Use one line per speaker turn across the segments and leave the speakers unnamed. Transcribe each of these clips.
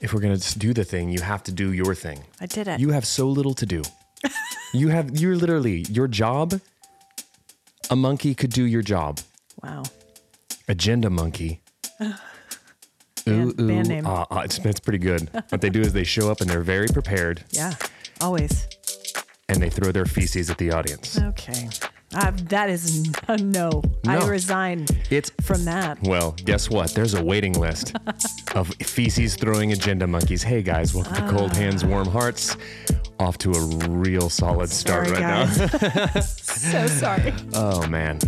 if we're going to do the thing, you have to do your thing.
I did it.
You have so little to do. you have, you're literally, your job, a monkey could do your job.
wow.
Agenda monkey.
Band- band name.
ah, ah, it's, it's pretty good. what they do is they show up and they're very prepared
Yeah. Always.
and they throw their feces at the audience.
Okay. Uh, that is a no. I
No.
resign
It's
from that.
Well, guess what? There's a waiting list of feces throwing agenda monkeys. Hey guys, welcome to Cold
Ah.
Hands, Warm Hearts. Off to a real solid start
Sorry,
right now.
guys. so sorry.
Oh man.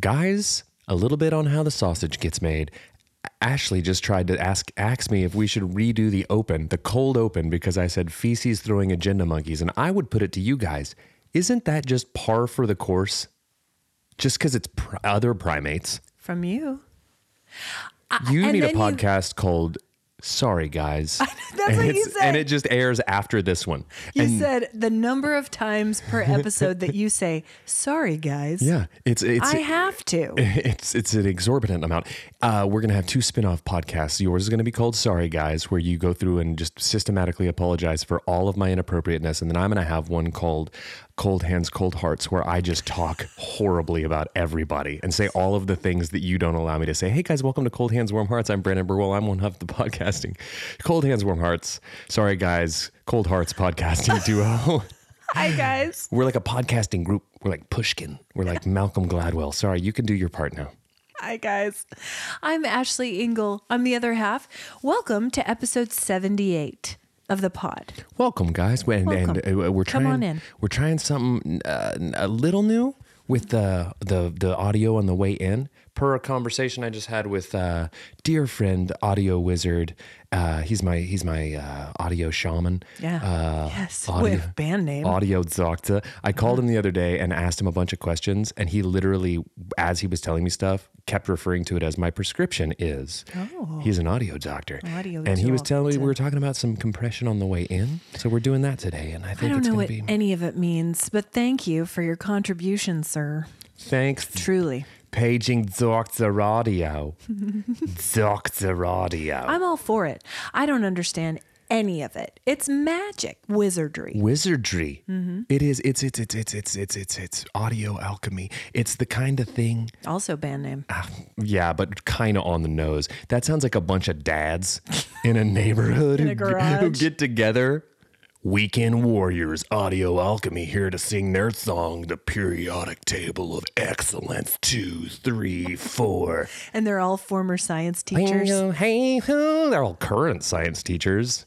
Guys, a little bit on how the sausage gets made. Ashley just tried to ask ask me if we should redo the open, the cold open, because I said feces throwing agenda monkeys, and I would put it to you guys. Isn't that just par for the course? Just because it's pr- other primates,
From you.
you
Uh, and
need a
then you-
podcast called "Sorry Guys,"
That's
and,
what you
it's-
said.
and it just airs after this one.
You
and
said the number of times per episode that you say, sorry, guys.
yeah, it's it's
I have to.
it's it's an exorbitant amount. Uh, we're gonna have two spin-off podcasts. Yours is gonna be called "Sorry Guys," where you go through and just systematically apologize for all of my inappropriateness, and then I'm gonna have one called "Cold Hands, Cold Hearts," where I just talk horribly about everybody and say all of the things that you don't allow me to say. Hey guys, welcome to Cold Hands, Warm Hearts. I'm Brandon Burwell. I'm one of the podcasting Cold Hands, Warm Hearts. Sorry guys, Cold Hearts podcasting duo.
Hi, guys.
We're like a podcasting group. We're like Pushkin. We're like Malcolm Gladwell. Sorry, you can do your part now.
Hi, guys. I'm Ashley Ingle. I'm the other half. Welcome to episode 78 of the pod.
Welcome, guys. And, and
Welcome.
uh, we're
Come
trying.
on in.
We're trying something uh, a little new with the the the audio on the way in. Per a conversation I just had with uh, dear friend audio wizard. Uh, he's my he's my uh, audio shaman.
Yeah.
Uh,
yes.
audio-
With band name.
Audio Zocta. I called him the other day and asked him a bunch of questions, and he literally, as he was telling me stuff, kept referring to it as my prescription is. Oh. He's an audio doctor.
Audio
and he was
doctor.
telling me we were talking about some compression on the way in. So we're doing that today, and I
I
think
don't
it's
know
going
what
to be.
any of it means, but thank you for your contribution, sir.
Thanks,
Truly.
paging Doctor Audio. Doctor Audio.
I'm all for it. I don't understand any of it. It's magic, wizardry.
wizardry.
Mm-hmm.
It is. It's it's it's it's it's it's it's it's audio alchemy. It's the kind of thing
Also, band name.
Ah, Yeah, but kind of on the nose. That sounds like a bunch of dads in a neighborhood
a
who, g- who
garage.
get together. Weekend Warriors Audio Alchemy here to sing their song, The Periodic Table of Excellence, two, three, four.
And they're all former science teachers.
Hey, hoo. they're all current science teachers.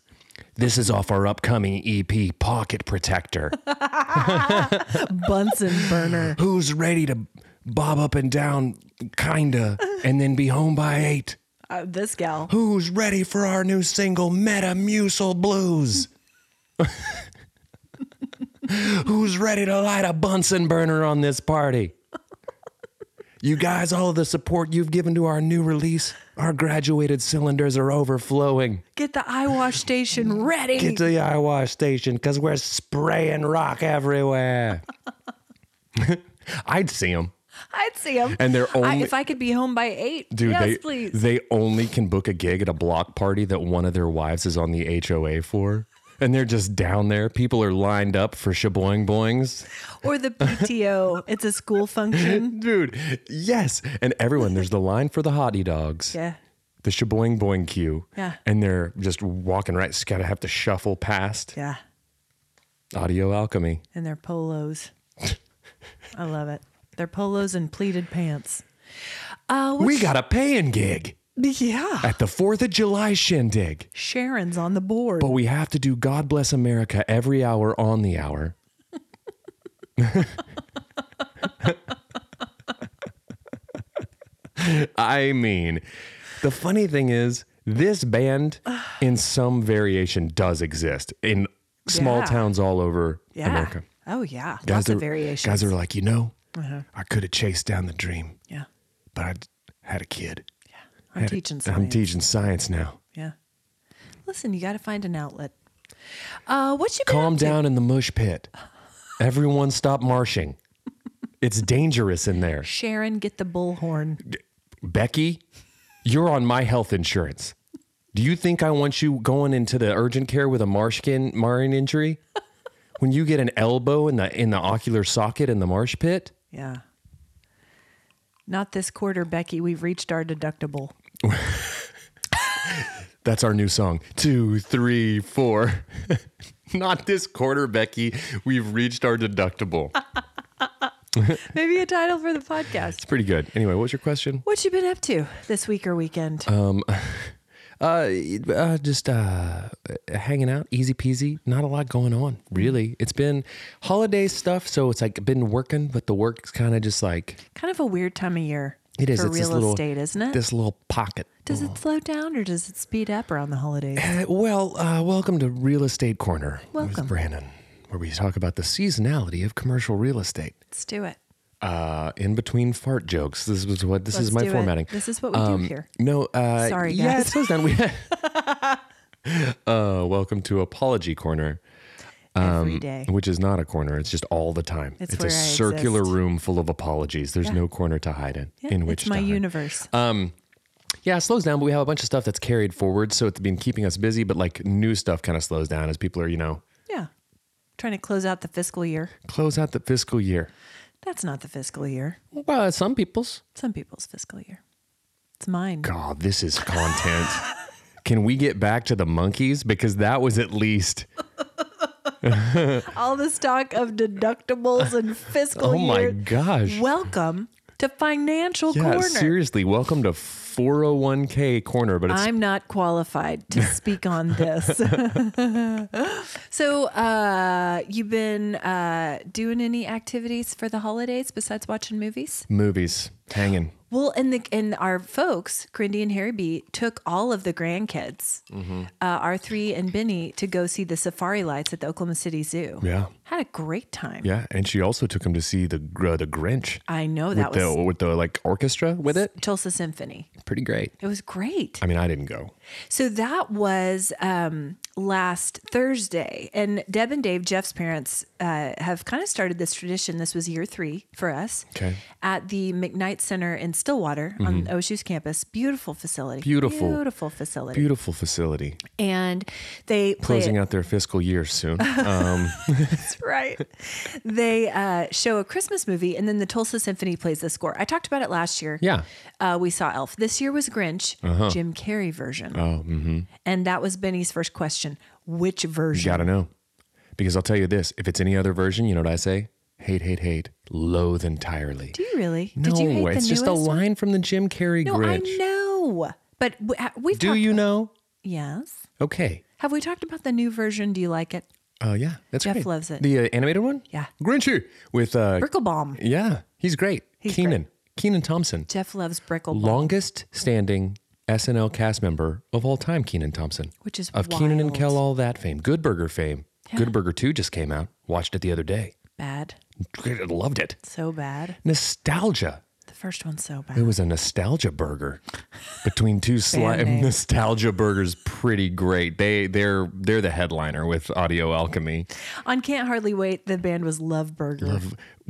This is off our upcoming EP, Pocket Protector.
Bunsen burner.
Who's ready to bob up and down, kinda, and then be home by eight?
Uh, this gal.
Who's ready for our new single, Metamucil Blues? Who's ready to light a Bunsen burner on this party? You guys, all of the support you've given to our new release, our graduated cylinders are overflowing.
Get the eye wash station ready.
Get to the eyewash station because we're spraying rock everywhere. I'd see them.
I'd see them.
And they're
I,
only-
if I could be home by eight.
Dude,
yes,
they
please.
they only can book a gig at a block party that one of their wives is on the HOA for. And they're just down there. People are lined up for shaboing boings.
or the PTO. it's a school function.
Dude, yes. And everyone, there's the line for the hottie dogs,
Yeah.
the shaboing boing queue.
Yeah.
And they're just walking right. Just gotta have to shuffle past
Yeah.
audio alchemy.
And their polos. I love it. Their polos and pleated pants. Uh, what-
We got a paying gig
yeah.
at the 4th of July shindig.
Sharon's on the board.
But we have to do God Bless America every hour on the hour. I mean, the funny thing is, this band in some variation does exist in small
Yeah.
towns all over
yeah.
America.
Oh yeah. Lots
are,
of variations. Uh-huh.
Guys are like, you know, I could have chased down the dream,
yeah.
but I, had a kid.
I'm
Had a-
teaching science.
I'm teaching science now.
Yeah. Listen, you got to find an outlet. Uh, what you been
Calm
up to?
down in the mush pit. Everyone stop marshing. It's dangerous in there.
Sharon, get the bullhorn.
Becky, you're on my health insurance. Do you think I want you going into the urgent care with a marshkin marin injury? When you get an elbow in the in the ocular socket in the marsh pit?
Yeah. Not this quarter, Becky. We've reached our deductible.
That's our new song. Two, three, four. Not this quarter, Becky. We've reached our deductible.
Maybe a title for the podcast.
Pretty good. Anyway, what was your question?
What you been up to this week or weekend?
Uh, uh just uh hanging out, easy peasy. Not a lot going on, really. It's been holiday stuff, so it's like been working, but the work's kind of just like
kind of a weird time of year
It is.
for
it's
real
this little,
estate, isn't it?
This Oh. little pocket.
does it slow down or does it speed up around the holidays?
Uh, well, uh, welcome to Real Estate Corner
Welcome.
with Brandon, where we talk about the seasonality of commercial real estate.
Let's do it.
Uh, in between fart jokes, this is what this is
Let's
my
do it.
formatting. Um,
This is what we do here.
No, uh,
Sorry,
Yeah,
guys.
it slows down. We- uh, welcome to Apology Corner. Um,
Every day.
Which is not a corner. It's just all the time.
It's
a
where I
circular
exist.
room full of apologies. There's no corner to hide in.
Yeah,
in which
it's my
to hide.
universe.
Yeah, it slows down, but we have a bunch of stuff that's carried forward. So it's been keeping us busy, but like new stuff kind of slows down as people are, you know,
yeah. Trying to close out the fiscal year.
close out the fiscal year.
That's not the fiscal year.
Well, uh, some people's.
Some people's fiscal year. It's mine.
God, this is content. Can we get back to the monkeys? Because that was at least,
All the stock of deductibles and fiscal
oh my
year.
gosh.
Welcome to Financial
yeah,
Corner.
seriously, welcome to 401k corner, but it's
I'm not qualified to speak on this. so, uh, you been uh, doing any activities for the holidays besides watching movies?
movies hanging.
Well, and the and our folks, Grindy and Harry B, took all of the grandkids,
Mm-hmm.
uh, our three and Benny, to go see the safari lights at the Oklahoma City Zoo.
Yeah.
Had a great time.
Yeah. And she also took him to see the, uh, the Grinch
I know Oh, that
with the,
was
with the like orchestra with it.
Tulsa Symphony.
Pretty great.
It was great.
I mean, I didn't go.
So that was um, last Thursday. And Deb and Dave, Jeff's parents, uh, have kind of started this tradition. This was year three for us
Okay. Mm-hmm.
at the McKnight Center in Stillwater on OSU's campus. Beautiful facility.
Beautiful.
Beautiful facility.
Beautiful facility.
and they play
Closing out their fiscal year soon.
right. They uh, show a Christmas movie, and then the Tulsa Symphony plays the score. I talked about it last year.
Yeah. Uh-huh.
Uh, we saw Elf. This year was Grinch, Jim Carrey version. Oh,
mm-hmm.
And that was Benny's first question which version?
Gotta know. Because I'll tell you this if it's any other version, you know what I say? Hate, hate, hate, loathe entirely.
Do you really?
no,
Did you hate
it's
the
just a
newest?
line from the Jim Carrey
No, I
Grinch.
know. But we- ha- we've
Do
talked-
you know?
Yes.
Okay.
Have we talked about the new version? Do you like it?
Uh, yeah, that's
Jeff
great.
loves it.
The uh, animated one?
Yeah.
Grinchy with, uh,
Bricklebaum.
yeah, he's great. Keenan, Keenan Thompson.
Jeff loves Bricklebaum,
Longest standing SNL cast member of all time, Keenan Thompson.
which is
of
wild.
Keenan and Kel, all that fame. Good Burger fame. Good Burger 2 just came out. Watched it the other day.
Bad.
Loved it.
So bad.
Nostalgia.
The first one's so bad.
It was a nostalgia burger between two slices.
name.
Nostalgia burgers, pretty great. They they're they're the headliner with Audio Alchemy.
On Can't Hardly Wait, the band was Love Burger.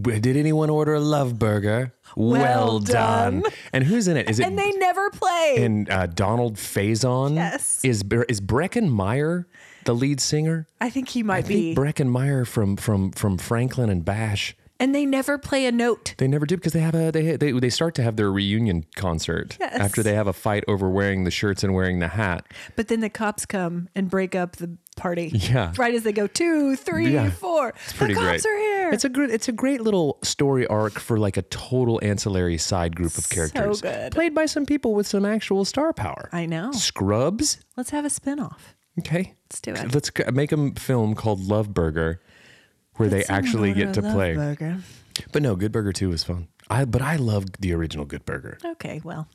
Did anyone order a love burger? Well, done. And who's in it? Is it
And they never play.
and, uh, Donald Faison?
Yes.
Is is Brecken Meyer the lead singer?
I think he might be.
Brecken Meyer from from from Franklin and Bash.
and they never play a note.
They never do because they have a they, they they start to have their reunion concert
Yes.
after they have a fight over wearing the shirts and wearing the hat.
But then the cops come and break up the party.
Yeah.
Right as they go, two, three,
Yeah.
four.
pretty
the cops
great.
are here.
It's a great it's a great little story arc for like a total ancillary side group of characters
good.
played by some people with some actual star power.
I know.
Scrubs,
Let's have a spinoff.
okay.
Let's do it.
Let's g- make a film called Love Burger where they
Someone
actually
order
get
a
to
Love
play.
Burger.
But no, Good Burger 2 is fun. I but I love the original Good Burger.
Okay, well,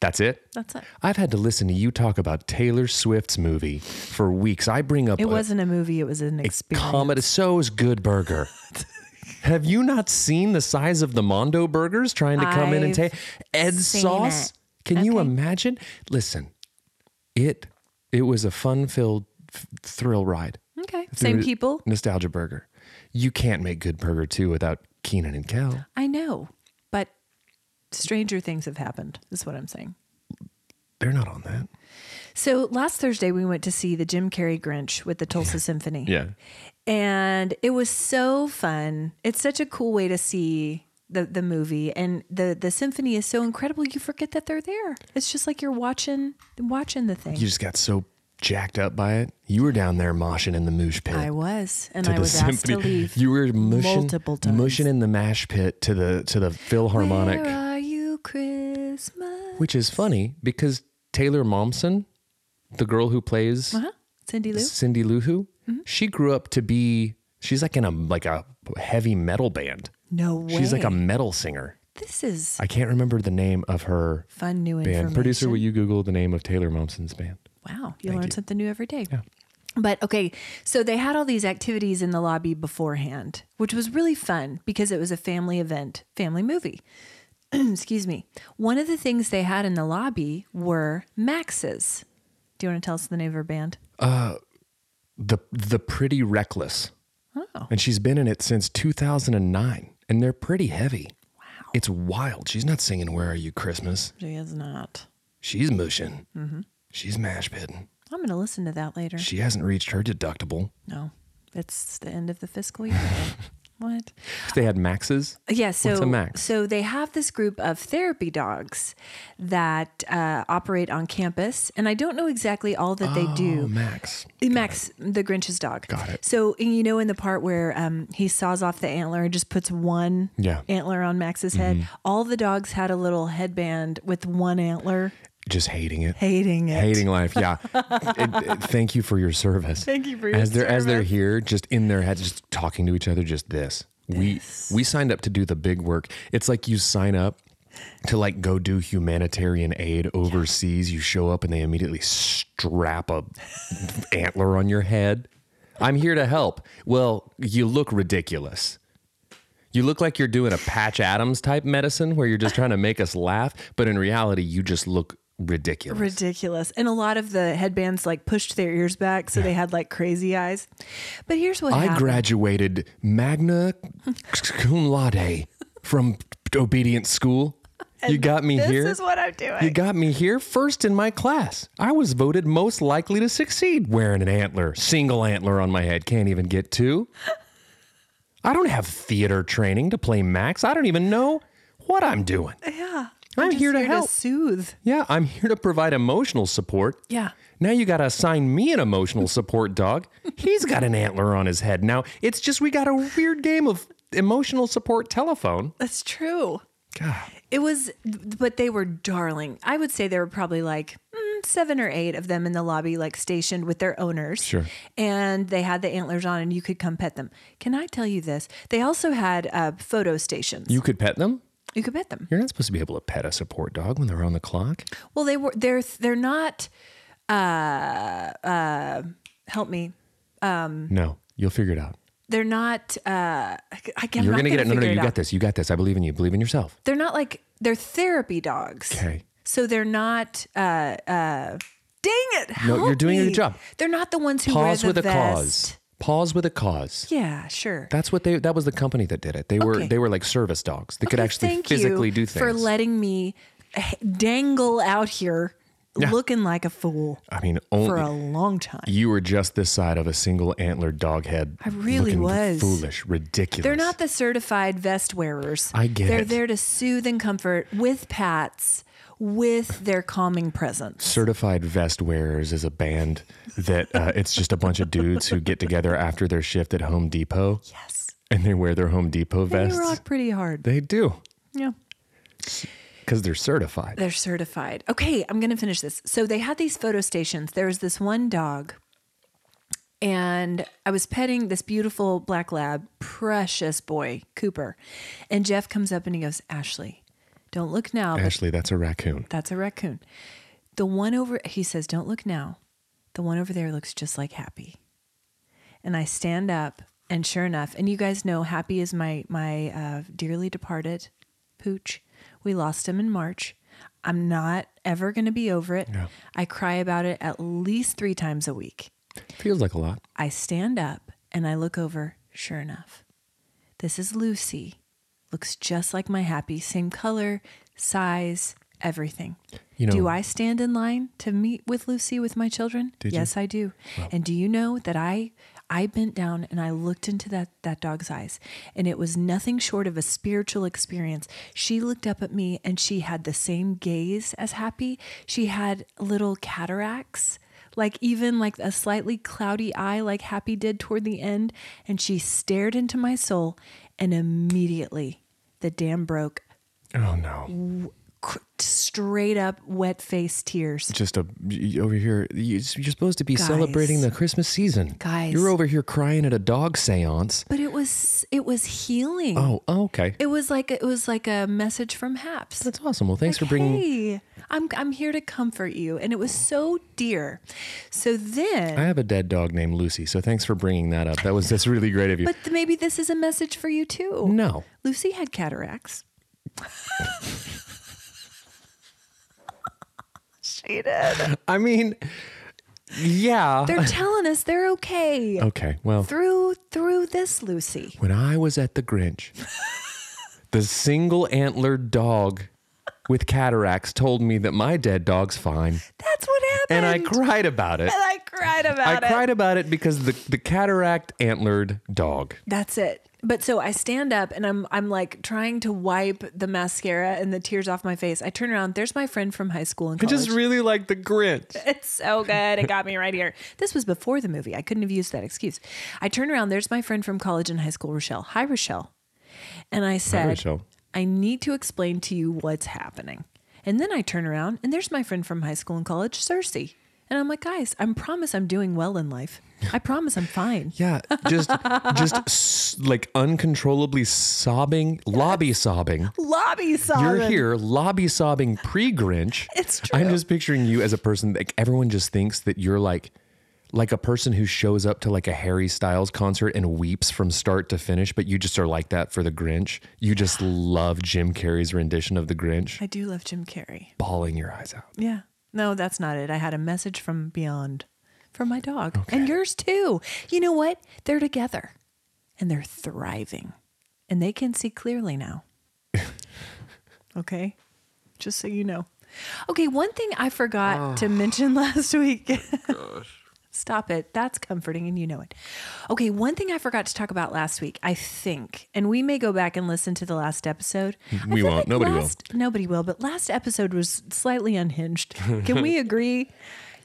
That's it.
that's it.
I've had to listen to you talk about Taylor Swift's movie for weeks. I bring up
It wasn't a movie, it was an experience.
comedy. So is Good Burger. Have you not seen the size of the Mondo burgers trying to come in and
I've
take Ed's
seen
sauce?
it.
Can you imagine? Listen, it it was a fun-filled f- thrill ride.
Okay. Same
through
people.
Nostalgia burger. You can't make good burger too without Keenan and Kel.
I know, but stranger things have happened, is what I'm saying.
They're not on that.
So last Thursday, we went to see the Jim Carrey Grinch with the Tulsa Symphony.
Yeah.
and it was so fun. It's such a cool way to see the the movie, and the the symphony is so incredible. You forget that they're there. It's just like you're watching watching the thing.
You just got so jacked up by it. You were down there moshing in the moosh pit.
I was, and
to
I
the
was asked to
symphony.
leave.
You were mushing,
multiple times.
mushing in the mash pit to the to the Philharmonic,
Where uh, are you, Christmas?
which is funny because Taylor Momsen, the girl who plays
Uh-huh. Cindy Lou. Mm-hmm.
Cindy Lou Who, she grew up to be she's like in a like a heavy metal band.
No way.
She's like a metal singer.
This is
I can't remember the name of her
fun new information.
band. Producer, will you Google the name of Taylor Momsen's band?
Wow, you learn something new every day. But okay, so they had all these activities in the lobby beforehand, which was really fun because it was a family event, family movie. Excuse me. One of the things they had in the lobby were Max's. Do you want to tell us the name of her band?
The the Pretty Reckless.
Oh,
And she's been in it since 2009, and they're pretty heavy.
wow.
It's wild. She's not singing "Where Are You Christmas."
She is not.
She's mushing. She's mash pitting.
I'm going to listen to that later.
She hasn't reached her deductible.
No, it's the end of the fiscal year. what?
If they had maxes,
Yeah, so
a max?
so they have this group of therapy dogs that uh, operate on campus, and I don't know exactly all that they
oh,
do.
max.
Max, the Grinch's dog.
Got it.
So and you know, in the part where um, he saws off the antler and just puts one
Yeah. Mm-hmm.
antler on Max's head, all the dogs had a little headband with one antler,
Just hating it.
hating it.
Hating life, yeah. It- it- thank you for your service.
Thank you for your
as they're as they're here, just in their heads, just talking to each other, just this. We we signed up to do the big work. It's like you sign up to like go do humanitarian aid overseas. You show up and they immediately strap a antler on your head. I'm here to help. Well, you look ridiculous. You look like you're doing a Patch Adams type medicine where you're just trying to make us laugh, but in reality, you just look ridiculous.
ridiculous. And a lot of the headbands like pushed their ears back, so they had like crazy eyes. But here's what
I
happened.
graduated magna cum laude from obedient school. you got me
this
here.
is what I'm doing.
you got me here first in my class. I was voted most likely to succeed wearing an antler, single antler on my head. Can't even get two. I don't have theater training to play Max. I don't even know what I'm doing.
yeah.
I'm
just
here to help.
soothe.
Yeah, I'm here to provide emotional support.
Yeah.
Now you got to assign me an emotional support dog. He's got an antler on his head. Now it's just we got a weird game of emotional support telephone.
That's true.
God.
It was, but they were darling. I would say there were probably like mm, seven or eight of them in the lobby, like stationed with their owners.
Sure.
And they had the antlers on, and you could come pet them. Can I tell you this? They also had uh, photo stations.
You could pet them?
you could pet them.
You're not supposed to be able to pet a support dog when they're on the clock.
Well, they were they're they're not. Uh, uh, help me. Mm.
No, you'll figure it out.
They're not. Uh, I, I can't.
You're
going to
get it. No, no, you
out.
got this. You got this. I believe in you. Believe in yourself.
They're not like they're therapy dogs.
Okay.
So they're not. Uh, uh, dang it!
No,
help
you're doing
me.
your job.
They're not the ones who
Pause
wear
with
the
a
vest.
cause. Pause with a cause.
Yeah, sure.
That's what they that was the company that did it. They were
Okay.
they were like service dogs. They could
Okay,
actually
thank
physically
you
do things.
for letting me h- dangle out here, looking like a fool
I mean, only
for a long time.
You were just this side of a single antlered dog head. I
really was.
Foolish, ridiculous.
They're not the certified vest wearers.
I get
They're
it.
there to soothe and comfort with pats, with their calming presence.
Certified Vest Wearers is a band that uh, it's just a bunch of dudes who get together after their shift at Home Depot
Yes.
and they wear their Home Depot
They
vests.
rock pretty hard.
They do
Yeah.
because they're certified.
They're certified. Okay, I'm going to finish this. So they had these photo stations. There was this one dog, and I was petting this beautiful black lab, precious boy, Cooper. And Jeff comes up and he goes, Ashley, don't look now, but
Ashley, that's a raccoon.
that's a raccoon. The one over, he says, don't look now. The one over there looks just like Happy. And I stand up And sure enough, and you guys know Happy is my my uh, dearly departed pooch. We lost him in March. I'm not ever going to be over it.
Yeah.
I cry about it at least three times a week.
Feels like a lot.
I stand up and I look over. Sure enough, this is Lucy. Looks just like my happy, same color, size, everything.
You know,
Do I stand in line to meet with Lucy with my children?
Did you?
yes, I do. And do you know that I I bent down and I looked into that that dog's eyes and it was nothing short of a spiritual experience. She looked up at me and she had the same gaze as Happy. She had little cataracts, like even like a slightly cloudy eye like Happy did toward the end and she stared into my soul and immediately the dam broke
Oh no!
cr- straight up wet face tears.
Just a y- over here. you- You're supposed to be
Guys.
celebrating the Christmas season,
Guys.
You're over here crying at a dog séance.
But it was it was healing.
Oh, oh, okay.
It was like it was like a message from Haps.
That's awesome. Well, thanks for
Like,
bringing.
Hey, I'm I'm here to comfort you, and it was so dear. So then,
I have a dead dog named Lucy, so thanks for bringing that up. That was that's really great of you.
but th- maybe this is a message for you too.
no,
Lucy had cataracts. she did.
I mean, yeah.
They're telling us they're okay
okay. Well,
through through this Lucy.
when I was at the Grinch, the single antlered dog with cataracts told me that my dead dog's fine,
That's what happened.
and I cried about it.
And I cried about
I
it.
cried about it because the the cataract antlered dog.
That's it. But so I stand up and I'm I'm like trying to wipe the mascara and the tears off my face. I turn around. There's my friend from high school and
I
college.
just really like the Grinch.
it's so good. It got me right here. This was before the movie. I couldn't have used that excuse. I turn around. There's my friend from college and high school, Rochelle. Hi, Rochelle. And I said,
Rochelle.
I need to explain to you what's happening. And then I turn around and there's my friend from high school and college, Cersei. And I'm like, guys, I promise I'm doing well in life. I promise I'm fine.
Yeah, just just s- like uncontrollably sobbing, lobby sobbing.
Lobby sobbing.
You're here, lobby sobbing pre Grinch.
It's
I'm
true.
just picturing you as a person like everyone just thinks that you're like like a person who shows up to like a Harry Styles concert and weeps from start to finish, but you just are like that for the Grinch. You just love Jim Carrey's rendition of the Grinch,
I do love Jim Carrey.
bawling your eyes out.
Yeah. No, that's not it. I had a message from beyond from my dog and yours too. You know what? They're together and they're thriving and they can see clearly now. okay. Just so you know. Okay. One thing I
Ah.
forgot to mention last week.
Oh,
Stop it. That's comforting and you know it. Okay, one thing I forgot to talk about last week, I think, and we may go back and listen to the last episode. I
We
feel
won't. Nobody will.
last, will. Nobody will, but last episode was slightly unhinged. Can we agree?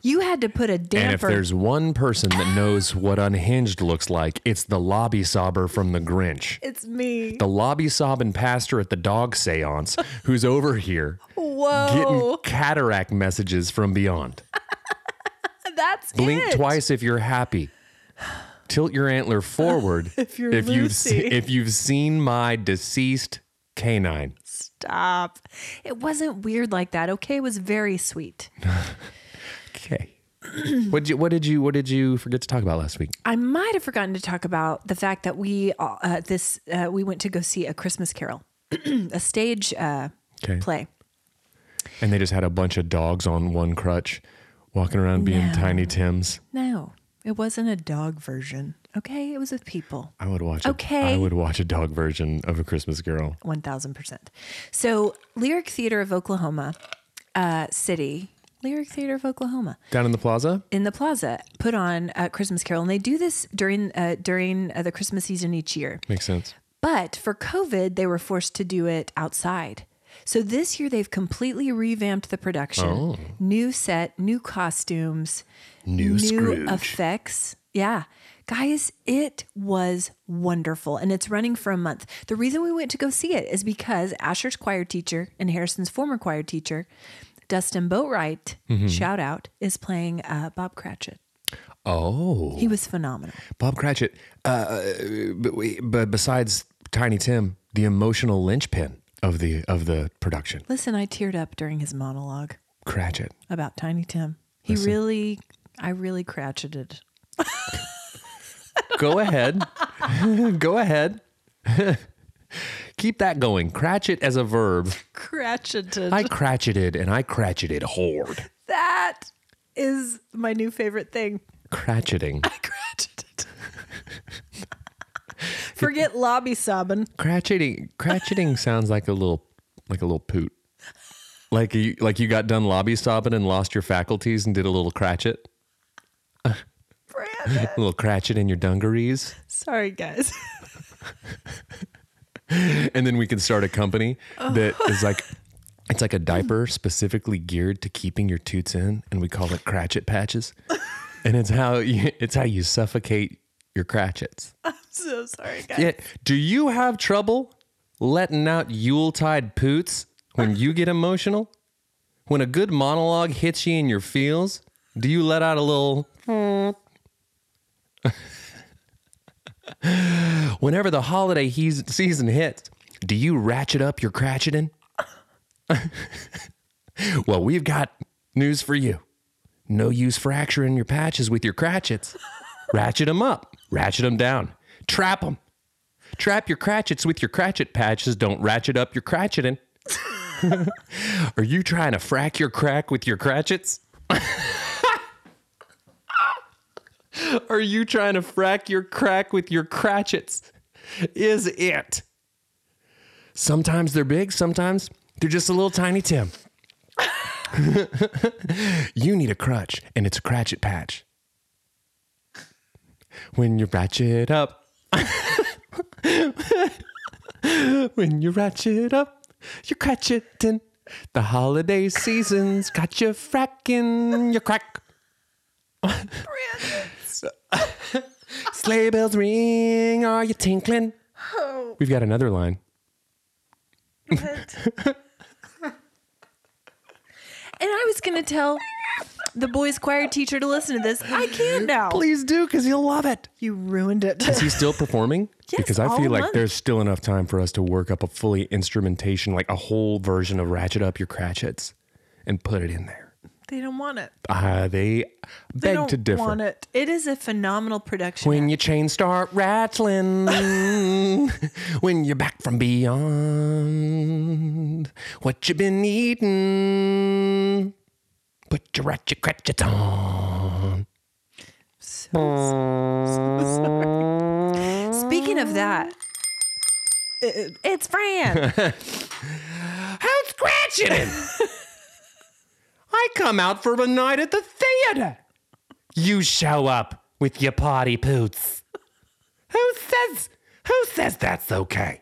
You had to put a
And if
damper.
there's one person that knows what unhinged looks like, it's the lobby sobber from the Grinch.
it's me.
The lobby sobbing pastor at the dog seance who's over here
Whoa.
getting cataract messages from beyond.
That's
Blink
it.
twice if you're happy. Tilt your antler forward
If you're
you've se-
Lucy.
if you've seen my deceased canine.
Stop. It wasn't weird like that. Okay, it was very sweet.
Okay. what did you what did you what did you forget to talk about last week?
I might have forgotten to talk about the fact that we uh, uh, this uh, we went to go see a Christmas Carol, a stage uh,
Okay.
play.
And they just had a bunch of dogs on one crutch walking around being
No.
tiny Tims.
No, it wasn't a dog version. Okay, it was with people.
I would watch. A,
Okay.
I would watch a dog version of a Christmas Carol.
1000%. So, Lyric Theater of Oklahoma uh, City, Lyric Theater of Oklahoma
Down in the plaza.
in the plaza put on uh, Christmas Carol. And they do this during, uh, during uh, the Christmas season each year.
Makes sense.
But for COVID, they were forced to do it outside. So this year they've completely revamped the production. New set, new costumes,
Oh. New Scrooge.
effects. Yeah. Guys, it was wonderful and it's running for a month. The reason we went to go see it is because Asher's choir teacher and Harrison's former choir teacher, Dustin Boatwright,
Mm-hmm.
shout out, is playing uh, Bob Cratchit.
Oh,
He was phenomenal.
Bob Cratchit. Uh, but, we, but besides Tiny Tim, the emotional linchpin of the of the production,
Listen, I teared up during his monologue.
Cratchit.
about Tiny Tim. He really, I really cratcheted.
Go ahead. Go ahead. Keep that going. Cratchit as a verb.
Cratchited.
I cratcheted and I cratcheted hard.
that is my new favorite thing.
Cratcheting.
I cratchited. Forget lobby sobbing.
Cratcheting. Cratcheting sounds like a little like a little poot. Like you like you got done lobby sobbing and lost your faculties and did a little cratchit.
Brandon.
A little cratchit in your dungarees.
Sorry, guys.
and then we can start a company that is like it's like a diaper specifically geared to keeping your toots in and we call it cratchit patches and it's how you, it's how you suffocate your cratchits
so sorry, guys.
yeah. do you have trouble letting out yuletide poots when you get emotional when a good monologue hits you in your feels do you let out a little whenever the holiday he's, season hits, do you ratchet up your cratcheting? well, we've got news for you. No use fracturing your patches with your cratchets. Ratchet them up, ratchet them down, trap them. Trap your cratchets with your cratchet patches. Don't ratchet up your cratcheting. Are you trying to frack your crack with your cratchets? Are you trying to frack your crack with your cratchets? Is it? Sometimes they're big, sometimes they're just a little tiny Tim. you need a crutch, and it's a cratchit patch. When you ratchet up, when you ratchet up, you're cratcheting. The holiday season's got you fracking your crack.
Brandon.
Sleigh bells ring, are you tinkling?
Oh,
We've got another line.
what? and I was going to tell the boys' choir teacher to listen to this. I can't now.
Please do, because you'll love it.
You ruined it.
Is he still performing?
Yes,
because I
all
feel like
month.
there's still enough time for us to work up a fully instrumentation, like a whole version of Ratchet Up Your Cratchits and put it in there.
they don't want it.
Uh, they
They
beg
don't
to differ.
want it. It is a phenomenal production.
When your chains start rattling, when you're back from beyond, what you been eating, put your ratchet cratchits on.
So- so sorry. Speaking of that, it- it's Fran.
How's Cratchit? I come out for a night at the theater. You show up with your potty poots. Who says who says that's okay?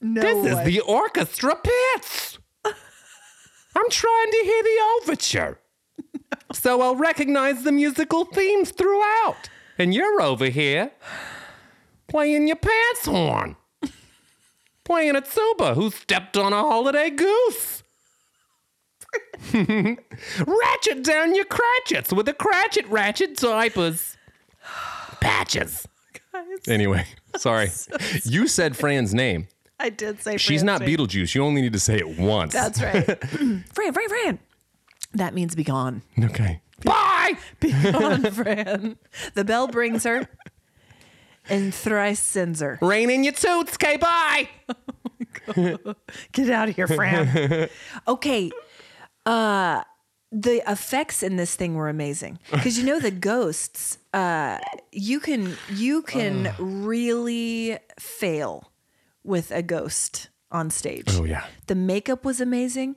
No
This is
way.
the orchestra pits. I'm trying to hear the overture. So I'll recognize the musical themes throughout. And you're over here playing your pants horn, playing a tuba who stepped on a holiday goose. ratchet down your cratchets with a cratchet ratchet diapers. Patches.
Guys,
Anyway, sorry. You said Fran's name.
I did say
She's
Fran's
not
name.
Beetlejuice. You only need to say it once.
That's right. Fran, Fran, Fran. That means be gone.
okay. Bye.
Be gone, Fran. The bell brings her and thrice sends her.
Rain in your toots. Okay, bye.
Get out of here, Fran. okay. Uh the effects in this thing were amazing because you know the ghosts uh you can you can really fail with a ghost on stage
Oh, yeah.
the makeup was amazing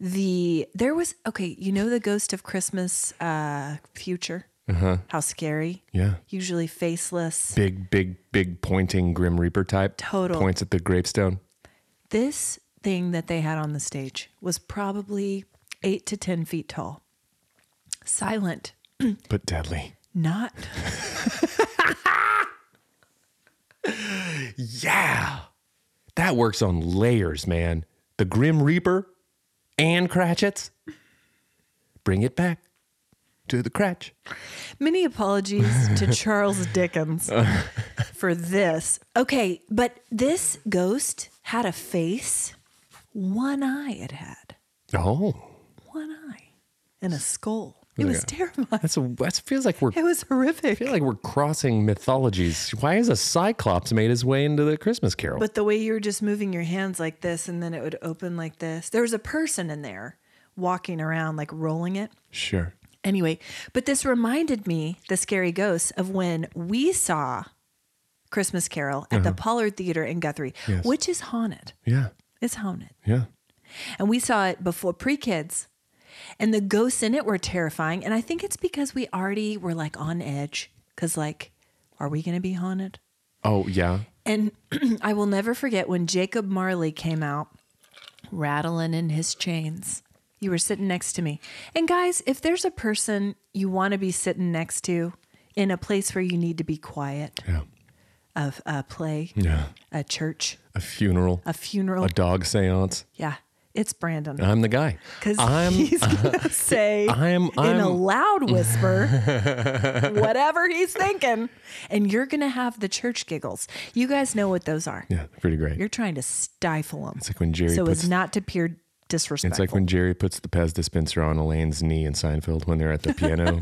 the there was okay you know the ghost of christmas uh future uh-huh. how scary
Yeah.
usually faceless
Big, big, big pointing Grim Reaper type.
Total.
Points at the gravestone.
This thing that they had on the stage was probably eight to 10 feet tall. Silent,
But deadly.
not.
Yeah. That works on layers, man. The Grim Reaper and Cratchits. Bring it back to the Cratch.
Many apologies to Charles Dickens for this. Okay, but this ghost had a face, one eye it had,
Oh.
one eye, and a skull. It
like
was
a-
terrifying.
That's a, that feels like we're
It was horrific.
feel like we're crossing mythologies. Why is a cyclops made his way into the Christmas Carol?
But the way you were just moving your hands like this and then it would open like this. There was a person in there walking around, like rolling it.
sure.
Anyway, but this reminded me, the scary ghosts, of when we saw Christmas Carol at the Pollard Theater in Guthrie,
Yes.
which is haunted.
Yeah.
It's haunted.
Yeah.
And we saw it before pre kids. And the ghosts in it were terrifying. And I think it's because we already were like on edge. Cause like, are we gonna be haunted?
Oh yeah.
And I will never forget when Jacob Marley came out rattling in his chains. You were sitting next to me. And guys, if there's a person you want to be sitting next to in a place where you need to be quiet,
Yeah.
a, a play,
Yeah.
a church,
A funeral.
a funeral,
A dog séance.
yeah, it's Brandon.
I'm the guy.
Because
I'm
he's going to say
I'm
in a
I'm
loud whisper whatever he's thinking. And you're going to have the church giggles. You guys know what those are.
Yeah, pretty great.
You're trying to stifle them.
It's like when Jerry
so
puts
as not to appear disrespectful.
It's like when Jerry puts the Pez dispenser on Elaine's knee in Seinfeld when they're at the piano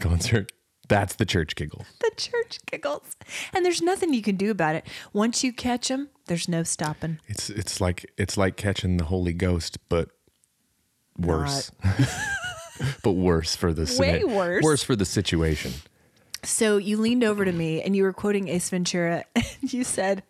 concert. That's the church giggle.
the church giggles, and there's nothing you can do about it. Once you catch them, there's no stopping.
It's it's like it's like catching the Holy Ghost, but worse. but worse for the
Way worse.
Worse for the situation.
So you leaned over to me and you were quoting Ace Ventura, and you said,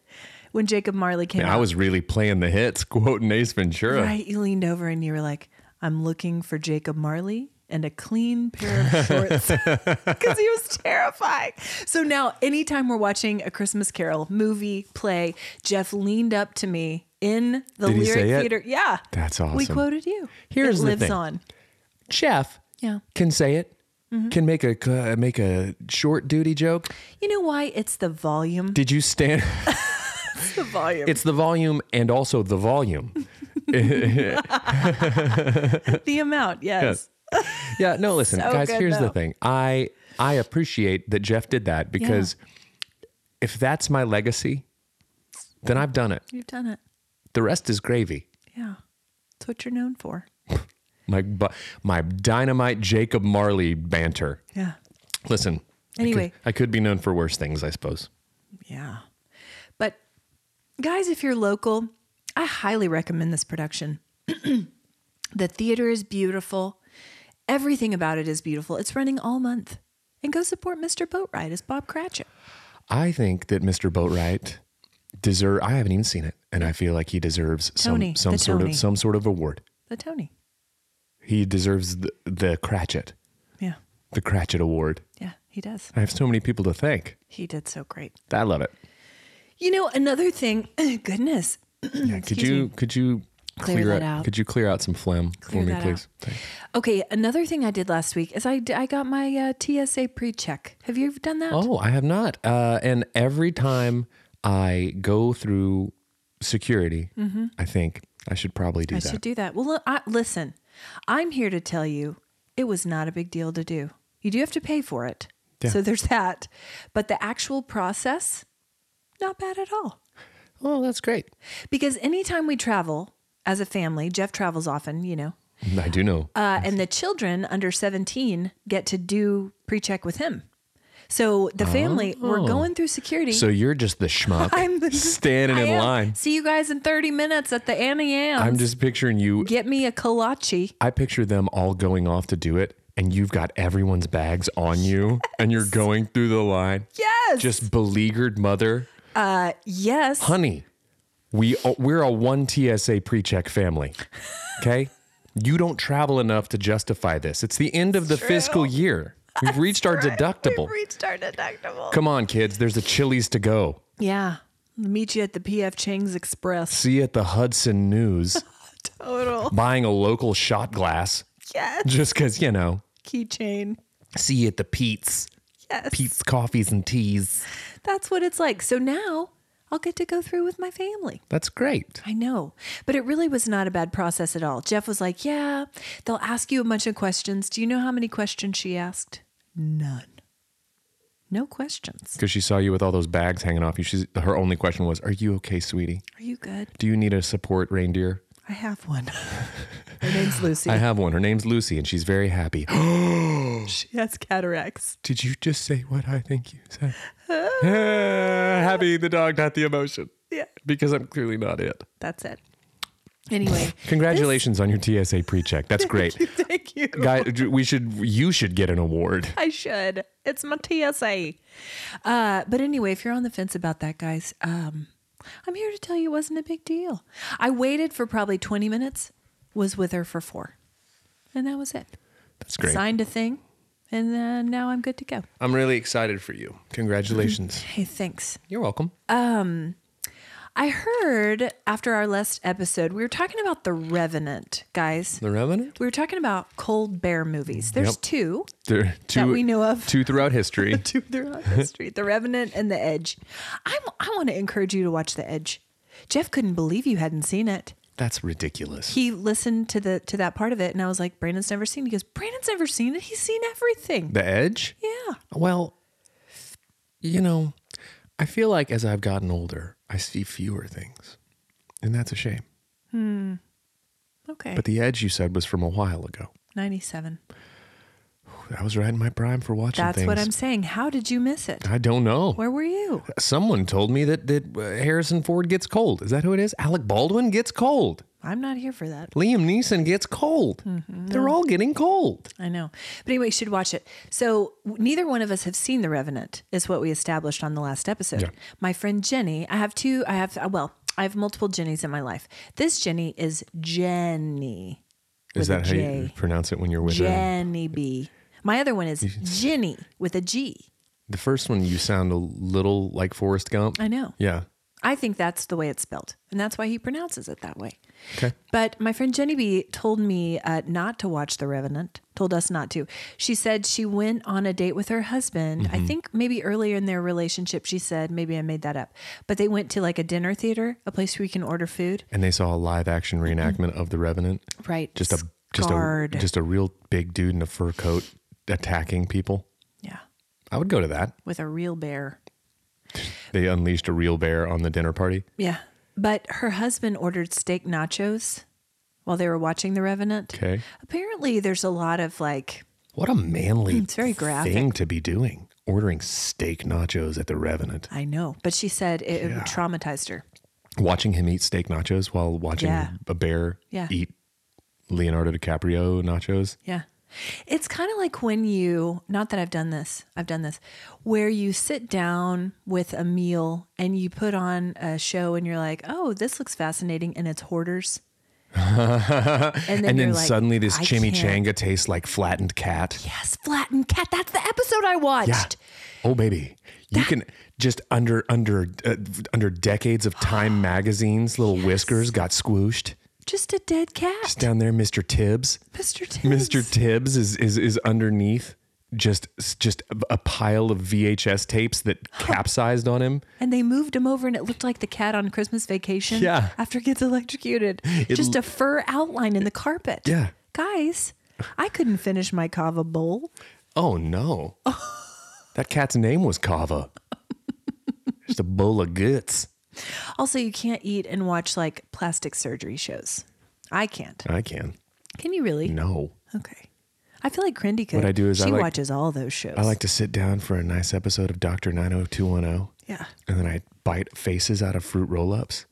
"When Jacob Marley came
And
out,
I was really playing the hits, quoting Ace Ventura.
right." You leaned over and you were like, "I'm looking for Jacob Marley." And a clean pair of shorts because he was terrifying. So now, anytime we're watching a Christmas Carol movie, play, Jeff leaned up to me in the
Did he
lyric
say it?
theater. Yeah.
That's awesome.
We quoted you.
Here's
it
the
lives
thing.
on.
Jeff
Yeah.
can say it.
Mm-hmm.
Can make a uh, make a short duty joke.
You know why? It's the volume.
Did you stand?
It's the volume.
It's the volume and also the volume.
the amount. Yes.
Yeah, no, listen,
So
guys,
good,
here's the
though.
thing. I I appreciate that Jeff did that because if that's my legacy, then I've done it.
You've done it.
The rest is gravy.
Yeah. It's what you're known for.
My bu- my dynamite Jacob Marley banter.
Yeah.
Listen. I could-
Anyway.
I could, be known for worse things, I suppose.
Yeah. But guys, if you're local, I highly recommend this production. the theater is beautiful. Everything about it is beautiful. It's running all month. And go support Mr. Boatwright as Bob Cratchit.
I think that Mr. Boatwright deserve I haven't even seen it and I feel like he deserves
Tony,
some some
the
sort
Tony.
of some sort of award.
The Tony.
He deserves the, the Cratchit,
Yeah.
the Cratchit award.
Yeah, he does.
I have so many people to thank.
He did so great.
I love it.
You know, another thing, goodness,
Yeah, could you could you
Clear
clear,
that out.
Could you clear out some phlegm
Clear
for me,
that
please? Thank-
Okay, another thing I did last week is I, I got my uh, TSA pre check. Have you ever done that?
Oh, I have not. Uh, and every time I go through security, I think I should probably do
Mm-hmm. I
that.
should do that. Well, look, I, listen, I'm here to tell you it was not a big deal to do. You do have to pay for it.
Yeah.
So there's that. But the actual process, not bad at all.
Oh, that's great.
Because anytime we travel as a family, Jeff travels often, you know,
I do know.
uh, and the children under 17 get to do pre check with him. So the family, we're going through security.
Oh. so you're just the schmuck
I'm the-
standing
I
in
am.
line.
See you guys in 30 minutes at the Annie Ann's.
I'm just picturing you.
Get me a kolache.
I picture them all going off to do it, and you've got everyone's bags on you, and you're going through the line.
Yes.
Just beleaguered mother.
uh, yes.
honey, we are, we're a one TSA pre-check family. Okay, you don't travel enough to justify this. It's the end of the fiscal year. We've reached our deductible.
reached our deductible.
Come on, kids. There's a Chili's to go.
Yeah. Meet you at the PF Chang's Express.
See you at the Hudson News
Total.
buying a local shot glass
Yes.
just because you know.
Keychain.
See you at the Pete's,
Yes.
Pete's coffees and teas.
That's what it's like. So now I'll get to go through with my family.
That's great.
I know. But it really was not a bad process at all. Jeff was like, Yeah, they'll ask you a bunch of questions. Do you know how many questions she asked? None. No questions.
Because she saw you with all those bags hanging off you. She's, her only question was, "Are you okay, sweetie?
Are you good?
Do you need a support reindeer?"
I have one. Her name's Lucy.
I have one. Her name's Lucy, and she's very happy.
she has cataracts.
Did you just say what I think you said? Ah, happy the dog, not the emotion.
Yeah.
Because I'm clearly not it.
That's it. Anyway,
Congratulations on your TSA pre-check. That's great.
thank you.
Guy, we should you should get an award.
I should. It's my TSA. Uh, but anyway, if you're on the fence about that, guys, um, I'm here to tell you it wasn't a big deal. I waited for probably 20 minutes, was with her for four, and that was it.
That's great.
Signed a thing, and uh, now I'm good to go.
I'm really excited for you. Congratulations.
Hey, thanks.
You're welcome.
I heard after our last episode, we were talking about The Revenant, guys.
the Revenant.
We were talking about cold bear movies. There's
Yep.
two.
There, two,
we know of.
Two throughout history.
two throughout history the revenant and the edge i, I want to encourage you to watch the edge jeff couldn't believe you hadn't seen it
That's ridiculous.
he listened to the to that part of it and i was like brandon's never seen it. he goes brandon's never seen it he's seen everything
The Edge.
yeah
Well, you know, I feel like as I've gotten older, I see fewer things, and that's a shame.
okay
But The Edge, you said, was from a while ago.
97
I was right in my prime for watching
that's
things.
what i'm saying how did you miss it
I don't know.
where were you
Someone told me that that uh, Harrison Ford gets cold. Is that who it is? Alec Baldwin gets cold.
i'm not here for that
Liam Neeson gets cold.
Mm-hmm.
They're all getting cold.
I know. But anyway, you should watch it. So w- neither one of us have seen The Revenant, is what we established on the last episode.
Yeah.
My friend Jenny, I have two, I have, uh, well, I have multiple Jennies in my life. This Jenny is Jenny.
Is
with a
that how you
J.
pronounce it when you're with her?
Jenny B. My other one is Jenny with a G.
The first one, you sound a little like Forrest Gump.
I know.
Yeah.
I think that's the way it's spelled. And that's why he pronounces it that way.
Okay.
But my friend Jenny B told me uh, not to watch The Revenant, told us not to. She said she went on a date with her husband. I
Mm-hmm.
think maybe earlier in their relationship, she said, maybe I made that up, but they went to like a dinner theater, a place where you can order food.
And they saw a live action reenactment of The Revenant.
Right.
Just a just
Mm-hmm. Scarred.
a just a real big dude in a fur coat attacking people.
yeah.
I would go to that.
With a real bear.
They unleashed a real bear on the dinner party.
Yeah. But her husband ordered steak nachos while they were watching The Revenant.
Okay.
Apparently, there's a lot of like,
What a manly
It's very graphic.
thing to be doing. Ordering steak nachos at the Revenant.
I know, but she said it, it traumatized her.
Watching him eat steak nachos while watching
Yeah.
a bear
Yeah.
eat Leonardo DiCaprio nachos.
Yeah. It's kind of like when you, not that I've done this, I've done this, where you sit down with a meal and you put on a show and you're like, oh, this looks fascinating. And it's hoarders. and
And
you're
then
like,
suddenly this
"I can't."
chimichanga tastes like flattened cat.
Yes, flattened cat. That's the episode I watched.
Yeah. Oh baby, you can just under under uh, under decades of Time magazine's little whiskers got squooshed.
Just a dead cat.
Just down there, Mr. Tibbs.
Mr. Tibbs.
Mr. Tibbs is is is underneath just just a pile of VHS tapes that capsized on him.
And they moved him over, and it looked like the cat on Christmas vacation.
Yeah.
After it gets electrocuted, just a fur outline in the carpet.
Yeah.
Guys, I couldn't finish my kava bowl.
Oh no. that cat's name was Kava. just a bowl of guts.
Also, you can't eat and watch like plastic surgery shows. I can't.
I can.
Can you really?
No.
Okay. I feel like Crindy could.
Mm. What I do is
she
I like-
watches all those shows.
I like to sit down for a nice episode of Doctor 90210.
Yeah.
and then I bite faces out of fruit roll-ups,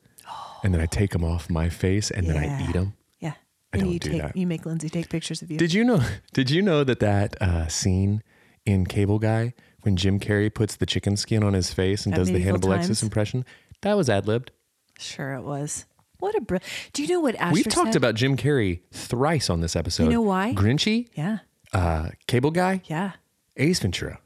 and then I take them off my face, and then I
Yeah.
eat them.
Yeah.
I
And
don't
you
do
take,
that.
You make Lindsay take pictures of you.
Did you know? Did you know that that uh, scene in Cable Guy when Jim Carrey puts the chicken skin on his face and
At
does the
medieval
Hannibal Lecter
times?
impression? That was ad libbed.
sure, it was. What a br- Do you know what Asher
We've talked
said?
about Jim Carrey thrice on this episode.
know why?
Grinchy,
Yeah.
uh, Cable Guy,
Yeah.
Ace Ventura.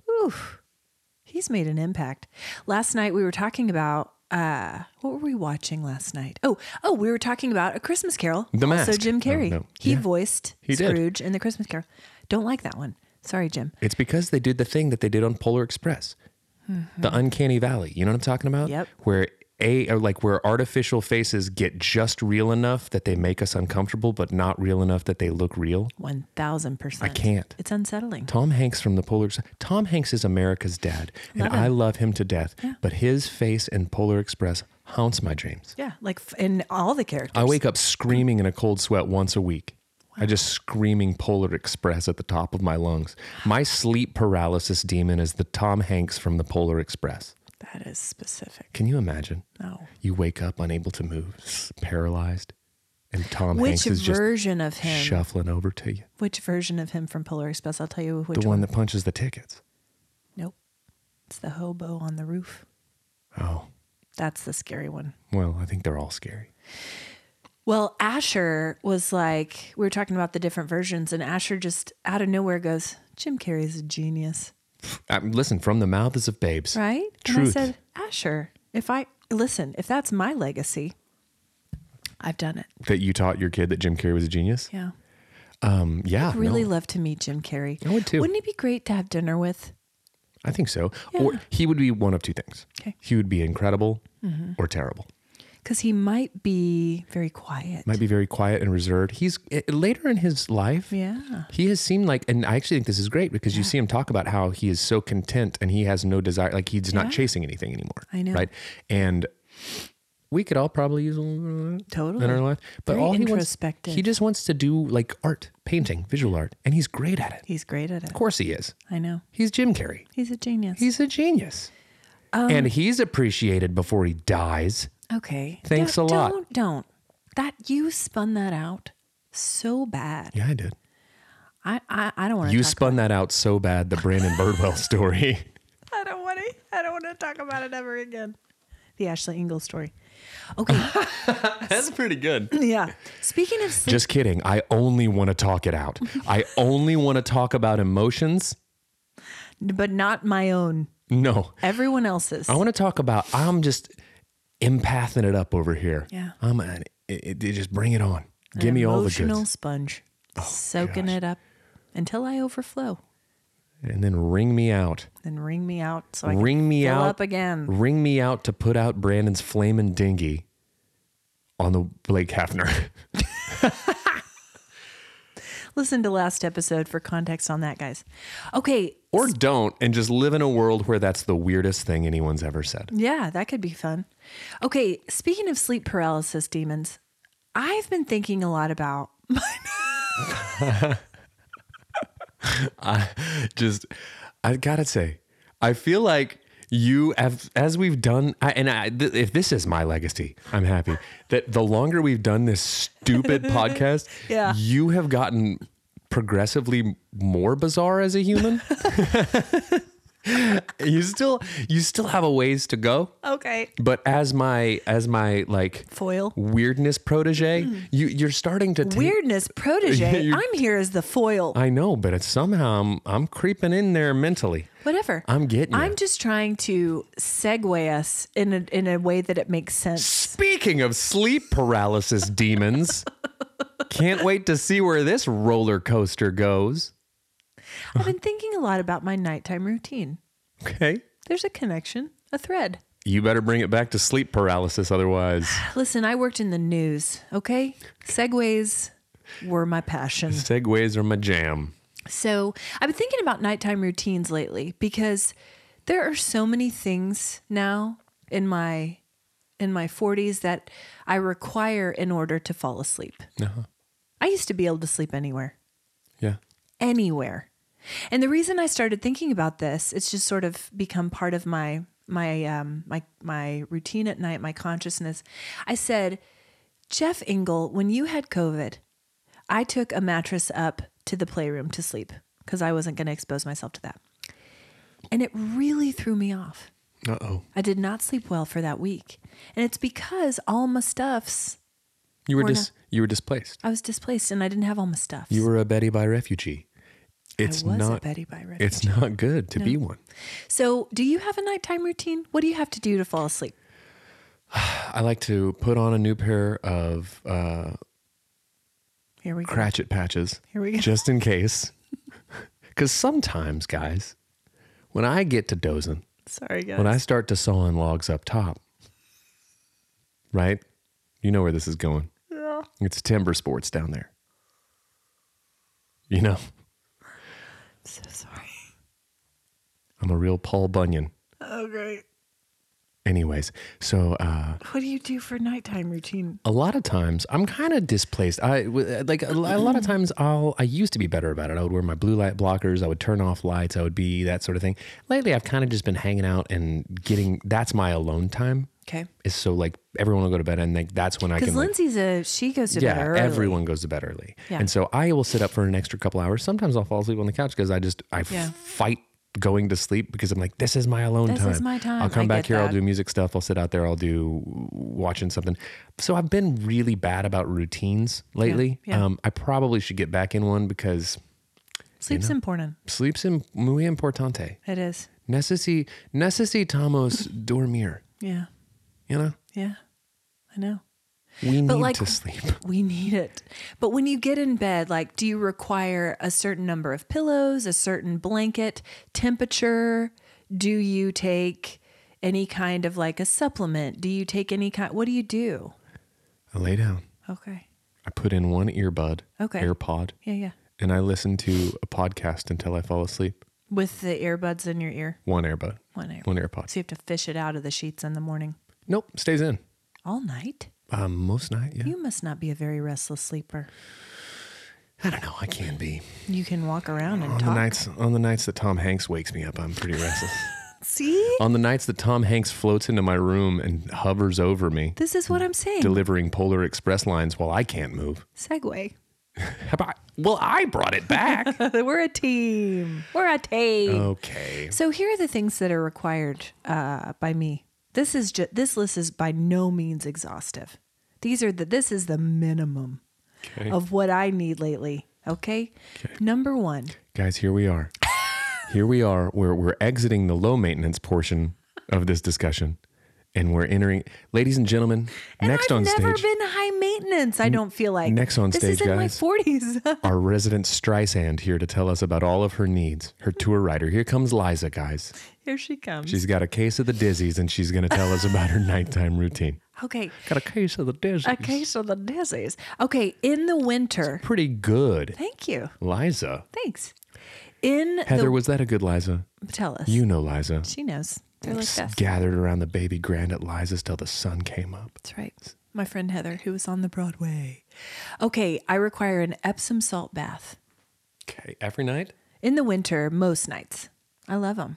He's made an impact. Last night we were talking about uh what were we watching last night? Oh, oh, we were talking about a Christmas Carol.
The
So
Mask.
Jim Carrey.
Oh, no.
He
Yeah.
voiced
He did.
Scrooge in the Christmas Carol. Don't like that one. Sorry, Jim.
It's because they did the thing that they did on Polar Express, the Uncanny Valley. You know what I'm talking about?
Mm-hmm. Yep.
Where a or like where artificial faces get just real enough that they make us uncomfortable, but not real enough that they look real.
One thousand percent.
I can't.
It's unsettling.
Tom Hanks from the Polar Express. Tom Hanks is America's dad, and
Love
I
him.
love him to death.
Yeah.
But his face in Polar Express haunts my dreams.
Yeah, like f- in all the characters.
I wake up screaming in a cold sweat once a week. I just screaming Polar Express at the top of my lungs. My sleep paralysis demon is the Tom Hanks from the Polar Express.
that is specific.
Can you imagine?
No.
You wake up unable to move, s- paralyzed, and Tom
Which
Hanks is just
version of him?
shuffling over to you.
Which version of him from Polar Express? I'll tell you which
The one that punches the tickets.
Nope. It's the hobo on the roof.
Oh,
That's the scary one.
well, I think they're all scary.
Well, Asher was like, we were talking about the different versions, and Asher just out of nowhere goes, Jim Carrey's a genius,
Um, listen, from the mouths of babes.
right?
Truth.
And I said, Asher, if I listen, if that's my legacy, I've done it.
That you taught your kid that Jim Carrey was a genius?
Yeah.
Um, yeah.
Really
no,
love to meet Jim Carrey.
I would too.
Wouldn't it be great to have dinner with?
I think so. Or he would be one of two things.
Okay. Mm-hmm.
He would be incredible or terrible.
Because he might be very quiet.
Might be very quiet and reserved. He's eh, later in his life.
Yeah.
He has seemed like, and I actually think this is great because you see him talk about how he is so content and he has no desire, like he's
Yeah.
not chasing anything anymore.
I know.
Right. And we could all probably use a little bit of that
Totally.
in our life. But
Very
all he wants,
introspective.
he just wants to do like art, painting, visual art, and he's great at it.
He's great at it.
Of course he is.
I know.
He's Jim Carrey.
He's a genius.
He's a genius. and he's appreciated before he dies.
Okay.
Thanks
Don't-
a lot.
Don't don't. That you spun that out so bad.
Yeah, I did.
I I, I don't want to.
You spun that out so bad, the Brandon Birdwell story.
I don't want to. I don't want to talk about it ever again. The Ashley Ingalls story. Okay.
That's pretty good.
yeah. Speaking of sleep,
Just kidding. I only want to talk it out. I only want to talk about emotions.
but not my own.
No.
Everyone else's.
I want to talk about, I'm just empathing it up over here.
Yeah.
I'm an, it, it- just bring it on.
An
Give me all the
emotional
goods. Oh,
sponge, soaking
gosh.
it up until I overflow.
And then ring me out.
Then ring me out so I can
ring me
fill
out
up again.
Ring me out to put out Brandon's flaming dinghy on the Blake Hafner.
Listen to last episode for context on that, guys. Okay.
or don't and just live in a world where that's the weirdest thing anyone's ever said.
Yeah, that could be fun. Okay, speaking of sleep paralysis demons, I've been thinking a lot about
Just I got to say, I feel like you have as we've done I, and I, th- if this is my legacy, I'm happy that the longer we've done this stupid podcast,
Yeah.
you have gotten progressively more bizarre as a human. you still you still have a ways to go.
okay
But as my as my like
foil
weirdness protege, you you're starting to take.
weirdness protege.
You're-
I'm here as the foil.
I know, but it's somehow I'm, I'm creeping in there mentally.
Whatever.
I'm getting.
I'm
it.
just trying to segue us in a, in a way that it makes sense.
Speaking of sleep paralysis demons, can't wait to see where this roller coaster goes.
I've been thinking a lot about my nighttime routine.
Okay,
There's a connection, a thread.
you better bring it back to sleep paralysis, otherwise
Listen, I worked in the news, okay? Segways were my passion.
segways are my jam.
So I've been thinking about nighttime routines lately because there are so many things now in my in my 40s that I require in order to fall asleep. I used to be able to sleep anywhere
Yeah,
anywhere. And the reason I started thinking about this, it's just sort of become part of my my um, my my routine at night, my consciousness. I said, Jeff Ingle, when you had COVID, I took a mattress up to the playroom to sleep because I wasn't going to expose myself to that, and it really threw me off.
uh oh,
I did not sleep well for that week, and it's because all my stuffs.
you were
We're
dis- you were displaced.
I was displaced and I didn't have all my stuffs.
You were a Betty by refugee. It's
I was
not.
a Betty by Red.
It's not good to be one.
So, do you have a nighttime routine? What do you have to do to fall asleep?
I like to put on a new pair of uh,
Here we go.
cratchit patches.
Here we go.
Just in case. Because sometimes, guys, when I get to dozing,
Sorry, guys.
when I start to sawing logs up top, right? You know where this is going.
Yeah.
It's timber sports down there. You know,
So sorry.
I'm a real Paul Bunyan.
Oh, great.
Anyways, so uh,
What do you do for nighttime routine?
a lot of times I'm kind of displaced. I w- like a, lo- a lot of times I'll I used to be better about it. I would wear my blue light blockers. I would turn off lights. I would be that sort of thing. Lately, I've kind of just been hanging out and getting. That's my alone time.
Okay.
Is so like everyone will go to bed and like that's when I
Because
can. like,
Lindsay's a, she goes to bed
yeah,
early.
everyone goes to bed early,
Yeah.
and so I will sit up for an extra couple hours. Sometimes I'll fall asleep on the couch because I just I f-
Yeah.
fight going to sleep because I'm like this is my alone
This
time.
is my time.
I'll come
I
back
get
here. I'll
that.
do music stuff. I'll sit out there. I'll do watching something. So I've been really bad about routines lately.
yeah.
Um, I probably should get back in one because
Sleep's important.
sleep's in, muy importante.
It is.
Necessi- necesitamos dormir.
Yeah.
You know,
Yeah. I know.
we need
But like-
to sleep.
We need it. But when you get in bed, like, do you require a certain number of pillows, a certain blanket, temperature? Do you take any kind of like a supplement? Do you take any kind? What do you do?
I lay down.
Okay.
I put in one earbud,
Okay.
AirPod,
Yeah, yeah.
and I listen to a podcast until I fall asleep.
With the earbuds in your ear.
One earbud,
One ear.
one AirPod.
So you have to fish it out of the sheets in the morning.
Nope, stays in.
All night?
Um, most night, yeah.
You must not be a very restless sleeper.
I don't know. I can be
You can walk around and
on the
talk.
nights on the nights that Tom Hanks wakes me up. I'm pretty restless.
See?
on the nights that Tom Hanks floats into my room and hovers over me,
This is what I'm saying.
delivering Polar Express lines while I can't move.
Segway.
How about? Well, I brought it back.
We're a team. We're a team.
Uh, okay.
So here are the things that are required uh, by me. This is ju- this list is by no means exhaustive. These are the this is the minimum
Okay.
of what I need lately. Okay? Number one.
Guys, here we are. here we are. We're we're exiting the low maintenance portion of this discussion, and we're entering, ladies and gentlemen. next
I've
on
never
stage,
been high maintenance. I don't feel like
next on
this
stage,
is in my
guys.
forties.
our resident Streisand here to tell us about all of her needs. Her tour writer. Here comes Liza, guys.
here she comes.
She's got a case of the dizzies, and she's going to tell us about her nighttime routine.
okay.
Got a case of the dizzies.
A case of the disease. Okay, in the winter.
Pretty good,
Thank you.
Liza.
Thanks. In
Heather, was that a good Liza?
the tell us.
You know Liza.
she knows. They're like
S-
this.
Gathered around the baby grand at Liza's till the sun came up.
That's right. My friend Heather, who was on the Broadway. Okay, I require an Epsom salt bath
Okay, every night.
in the winter most nights. I love them.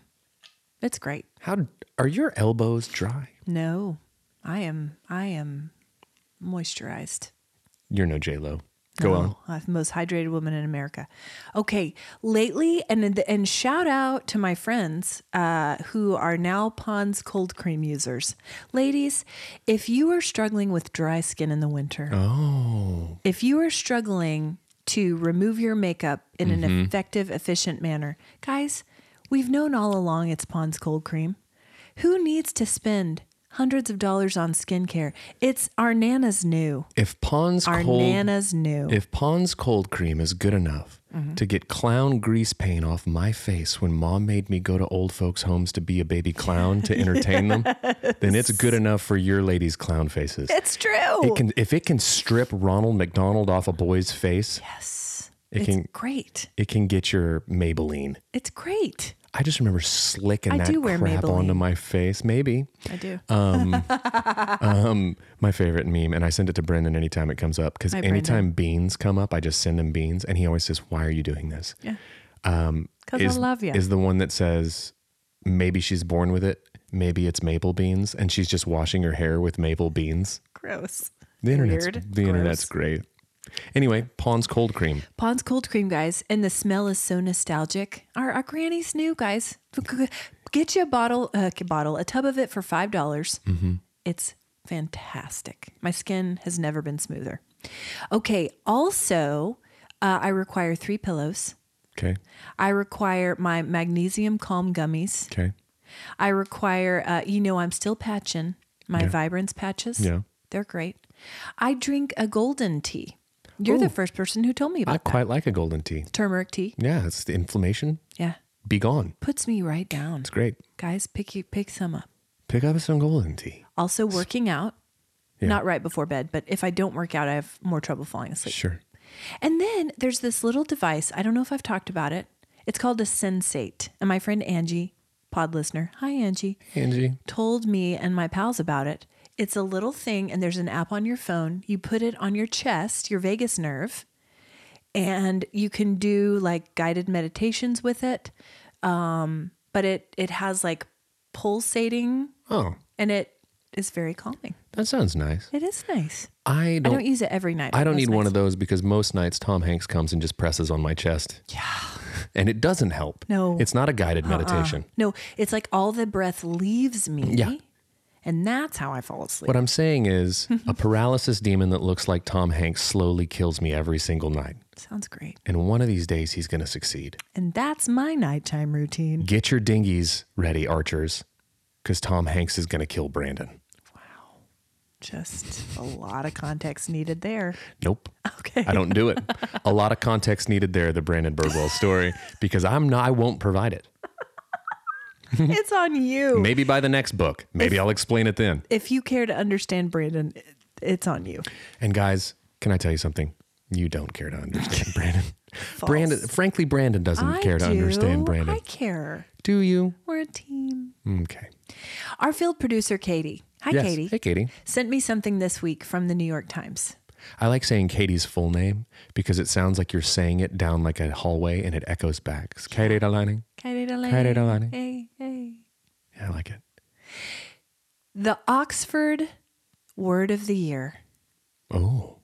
It's great.
How are your elbows dry?
No, I am. I am moisturized.
You're no J Lo. Go
No,
on.
I'm the uh, most hydrated woman in America. Okay, lately, and and shout out to my friends uh, who are now Pond's cold cream users. Ladies, if you are struggling with dry skin in the winter,
Oh,
if you are struggling to remove your makeup in
Mm-hmm.
an effective, efficient manner, guys, we've known all along it's Pond's Cold Cream. Who needs to spend hundreds of dollars on skincare? It's our Nana's new.
if Pond's
Our
cold,
Nana's new.
if Pond's cold cream is good enough
Mm-hmm.
to get clown grease paint off my face when Mom made me go to old folks' homes to be a baby clown to entertain them, then it's good enough for your ladies' clown faces.
it's true.
It can, if it can strip Ronald McDonald off a boy's face,
yes.
it
it's
can-
great.
it can get your Maybelline.
It's great.
I just remember slicking
I
that
do wear
crap onto
Maybelline.
my face. Maybe.
I do.
Uh, my favorite meme, and I send it to Brendan anytime it comes up because
Hi,
anytime beans come up, I just send him beans, and he always says, "Why are you doing this?"
yeah.
is,
Because I love you.
Is the one that says, "Maybe she's born with it. Maybe it's maple beans, and she's just washing her hair with maple beans."
Gross.
The internet's
Weird.
the internet's great. Anyway, Pond's cold cream.
Pond's cold cream, guys, and the smell is so nostalgic. Our, our granny's new, guys. Get you a bottle, uh, a bottle, a tub of it for five dollars.
Mm-hmm.
It's fantastic. My skin has never been smoother. Okay. Also, uh, I require three pillows.
Okay,
I require my magnesium calm gummies.
okay,
I require, uh, you know, I'm still patching my vibrance patches.
Yeah.
They're great. I drink a golden tea. You're the first person who told me about
I
that.
quite like a golden tea.
Turmeric tea.
Yeah, it's the inflammation.
Yeah.
Be gone.
Puts me right down.
It's great.
Guys, pick you pick some up.
Pick up some golden tea.
Also working out. Not right before bed, but if I don't work out, I have more trouble falling asleep.
Sure.
And then there's this little device. I don't know if I've talked about it. It's called a Sensate. And my friend Angie, pod listener, hi Angie,
Angie.
told me and my pals about it. It's a little thing, and there's an app on your phone. You put it on your chest, your vagus nerve, and you can do like guided meditations with it. Um, but it it has like pulsating,
Oh,
and it is very calming.
that sounds nice.
It is nice.
I
I
don't.
don't use it every night.
I
but
don't
most
need one
nights-
of those because most nights Tom Hanks comes and just presses on my chest. Yeah. And it doesn't help.
No.
It's not a guided meditation.
No, it's like all the breath leaves me.
Yeah.
And that's how I fall asleep.
What I'm saying is a paralysis demon that looks like Tom Hanks slowly kills me every single night.
Sounds great.
And one of these days he's going to succeed.
And that's my nighttime routine.
Get your dinghies ready, archers, because Tom Hanks is going to kill Brandon.
Just a lot of context needed there.
Nope.
Okay.
I don't do it. a lot of context needed there, the Brandon Burwell story, because I'm not, I won't provide it.
it's on you.
Maybe by the next book. Maybe I'll explain it then.
If you care to understand Brandon, it- it's on you.
And guys, can I tell you something? You don't care to understand Brandon. Brandon, frankly, Brandon doesn't
I
care to
do.
understand Brandon.
I care.
Do you?
We're a team.
Okay.
Our field producer, Katie. Hi,
Yes.
Katie.
Hey, Katie.
Sent me something this week from the New York Times.
I like saying Katie's full name because it sounds like you're saying it down like a hallway and it echoes back. It's Katie Delaney.
Katie Delaney.
Katie Delaney.
Hey, hey.
Yeah, I like it.
The Oxford word of the year
Oh.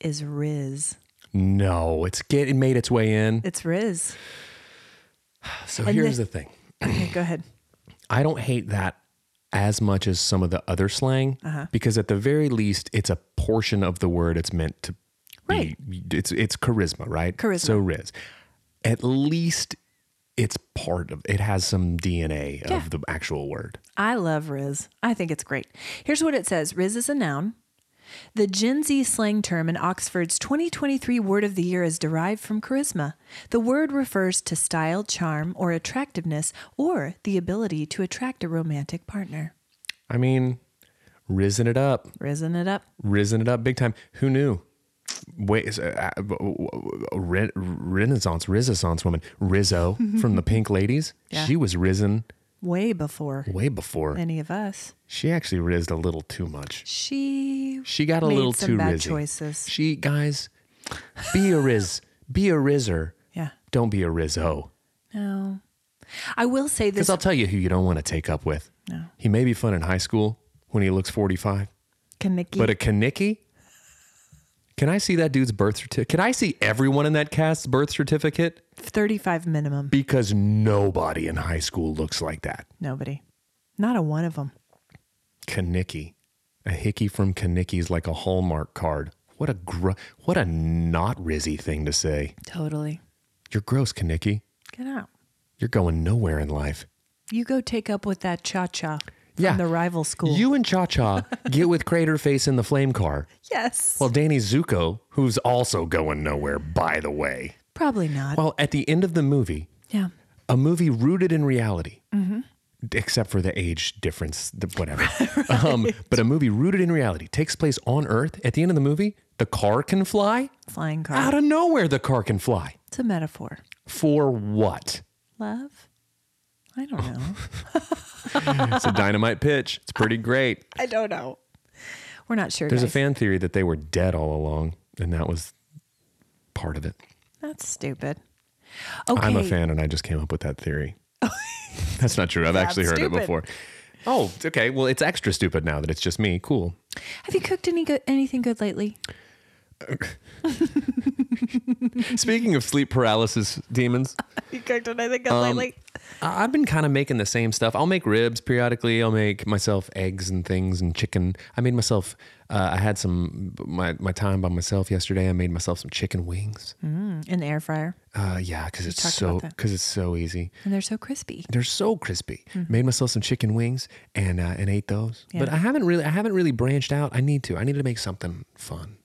is Riz.
No, it's get it made its way in.
It's Riz.
So
and
here's
the-
the thing.
Okay, go ahead.
I don't hate that as much as some of the other slang
Uh-huh.
because at the very least it's a portion of the word it's meant to
Right.
be it's it's charisma, right?
Charisma.
So riz. At least it's part of it has some DNA
Yeah.
of the actual word.
I love Riz. I think it's great. Here's what it says Riz is a noun. The Gen Z slang term in Oxford's 2023 Word of the Year is derived from charisma. The word refers to style, charm, or attractiveness, or the ability to attract a romantic partner.
I mean, risen it up.
Risen it up.
risen it up big time. Who knew? Wait, is- uh, uh, re- Renaissance, Renaissance woman, Rizzo from the Pink Ladies.
Mm-hmm. Yeah.
She was risen
Way before
way before.
any of us.
She actually rizzed a little too much.
She
She got a
made
little
some
too
bad
rizzy.
choices.
She guys, be a riz, be a rizzer.
Yeah.
Don't be a rizzo.
No. I will say this.
Because I'll tell you who you don't want to take up with.
No.
He may be fun in high school when he looks forty-five,
Kaneki.
but a Kanicki. Can I see that dude's birth certificate? Can I see everyone in that cast's birth certificate?
35 minimum.
because nobody in high school looks like that.
Nobody. Not a one of them.
Kanicki, a hickey from Kanicki's like a Hallmark card. What a gr- what a not rizzy thing to say.
Totally.
You're gross, Kanicki.
Get out.
You're going nowhere in life.
You go take up with that cha cha from
Yeah.
the rival school.
You and Cha Cha get with Crater Face in the flame car.
yes.
Well, Danny Zuko, who's also going nowhere, by the way.
Probably not.
Well, at the end of the movie,
yeah.
a movie rooted in reality, except for the age difference, the, whatever. um, but a movie rooted in reality takes place on Earth. At the end of the movie, the car can fly.
Flying car.
Out of nowhere, the car can fly.
it's a metaphor.
For what?
Love? I don't know.
It's a dynamite pitch. It's pretty great.
I don't know. We're not sure.
There's a
guys.
fan theory that they were dead all along, and that was part of it.
That's stupid. Okay.
I'm a fan, and I just came up with that theory. That's not true. I've actually heard
stupid.
it before. Oh, okay. Well, it's extra stupid now that it's just me. Cool.
Have you cooked any good, anything good lately?
Speaking of sleep paralysis demons,
You cooked anything good lately?
I- I've been kind of making the same stuff. I'll make ribs periodically. I'll make myself eggs and things and chicken. I made myself. Uh, I had some my my time by myself yesterday. I made myself some chicken wings.
Mm, in the air fryer.
Uh, yeah, because it's
talked
so
about that.
because it's so easy.
And they're so crispy.
They're so crispy.
Mm-hmm.
Made myself some chicken wings and uh, and ate those. But I haven't really I haven't really branched out. I need to. I need to make something fun.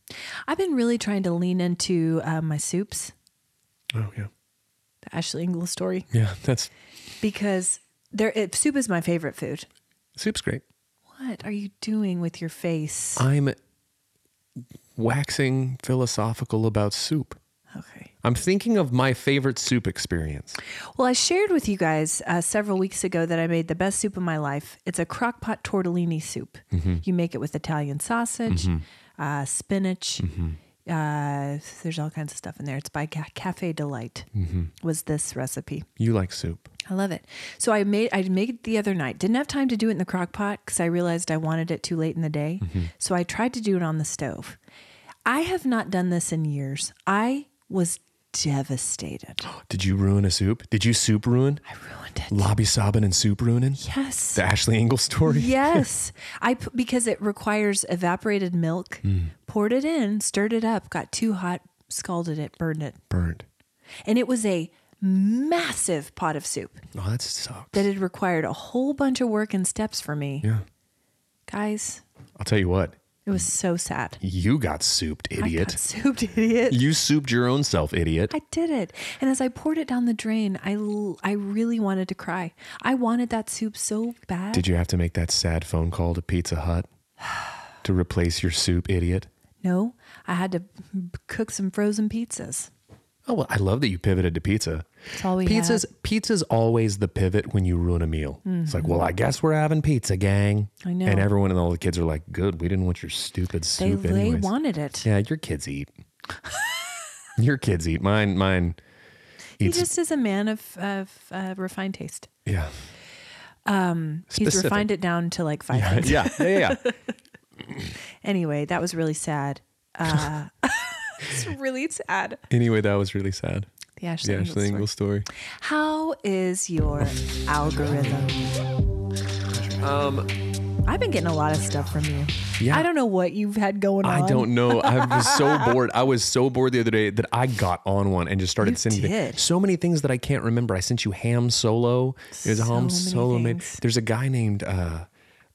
I've been really trying to lean into uh, my soups,
Oh yeah,
the Ashley Ingalls story,
yeah. That's
because there it, soup is my favorite food.
soup's great.
What are you doing with your face?
I'm waxing philosophical about soup.
Okay.
I'm thinking of my favorite soup experience.
Well, I shared with you guys uh, several weeks ago that I made the best soup of my life. It's a crock pot tortellini soup. You make it with Italian sausage, uh, spinach. Uh, there's all kinds of stuff in there. It's by Ca- Cafe Delight. Was this recipe?
You like soup.
I love it. So I made I made it the other night. Didn't have time to do it in the crock pot because I realized I wanted it too late in the day. So I tried to do it on the stove. I have not done this in years. I was devastated.
Did you ruin a soup? Did you soup ruin?
I ruined it.
Lobby sobbing and soup ruining?
Yes.
The Ashley Ingle story?
yes. I put, because it requires evaporated milk.
Mm.
Poured it in, stirred it up, got too hot, scalded it, burned it.
Burned.
And it was a massive pot of soup
Oh, that sucks.
that had required a whole bunch of work and steps for me.
yeah.
Guys,
I'll tell you what,
It was so sad.
you got souped, idiot.
I got souped, idiot.
you souped your own self, idiot.
I did it. And as I poured it down the drain, I, l- I really wanted to cry. I wanted that soup so bad.
Did you have to make that sad phone call to Pizza Hut to replace your soup, idiot?
no, I had to b- cook some frozen pizzas.
Oh well, I love that you pivoted to pizza.
That's all we
Pizza's
had.
pizza's always the pivot when you ruin a meal. It's like, well, I guess we're having pizza, gang.
Mm-hmm. I know.
And everyone and all the kids are like, good. We didn't want your stupid
They,
soup
they
anyways.
wanted it.
yeah, your kids eat. your kids eat. Mine, mine.
he
Eats,
just is a man of, of uh, refined taste.
yeah,
He's
Specific.
refined it down to like five things.
yeah, yeah, yeah. yeah.
Anyway, that was really sad. Uh, it's really sad.
anyway, that was really sad.
The Ashley,
The
Ingalls
Ashley
story.
Ingle story.
How is your algorithm? I've been getting a lot of stuff from you.
Yeah.
I don't know what you've had going on.
I don't know. I was so bored. I was so bored the other day that I got on one and just started
You
sending thi-
did.
so many things that I can't remember. I sent you ham solo. There's a
So
ham
many
solo made.
things.
There's a guy named uh,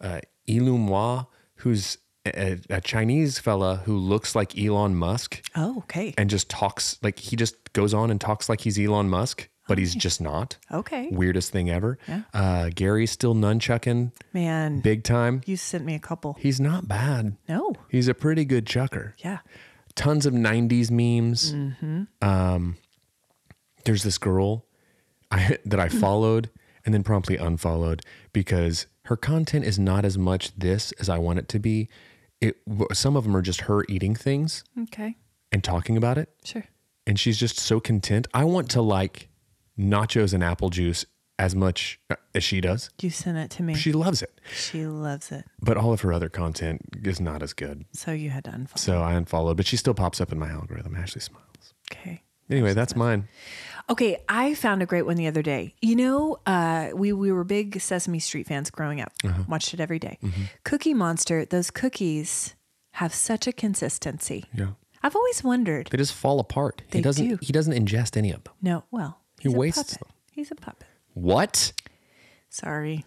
uh, Elon Musk who's a, a Chinese fella who looks like Elon Musk
Oh, okay.
and just talks like he just goes on and talks like he's Elon Musk, but he's just not.
Okay.
Weirdest thing ever.
Yeah.
Uh, Gary's still nunchucking
Man,
big time.
you sent me a couple.
He's not bad.
No.
He's a pretty good chucker
Yeah.
tons of 90s memes. Um, there's this girl I, that I followed and then promptly unfollowed because her content is not as much this as I want it to be. It some of them are just her eating things
Okay.
and talking about it,
Sure.
and she's just so content. I want to like nachos and apple juice as much uh, as she does.
You sent it to me. She,
She loves it,
loves it.
but all of her other content is not as good.
So you had to unfollow.
So I unfollowed, but she still pops up in my algorithm. Ashley smiles.
okay.
Anyway, that's mine.
Okay, I found a great one the other day. You know, uh, we we were big Sesame Street fans growing up.
Uh-huh.
Watched it every day.
Mm-hmm.
Cookie Monster. Those cookies have such a consistency.
Yeah.
I've always wondered.
They just fall apart.
They
he doesn't
do.
he doesn't ingest any of them.
No, well,
He
he's a
wastes
puppet.
them.
He's a puppet.
What?
Sorry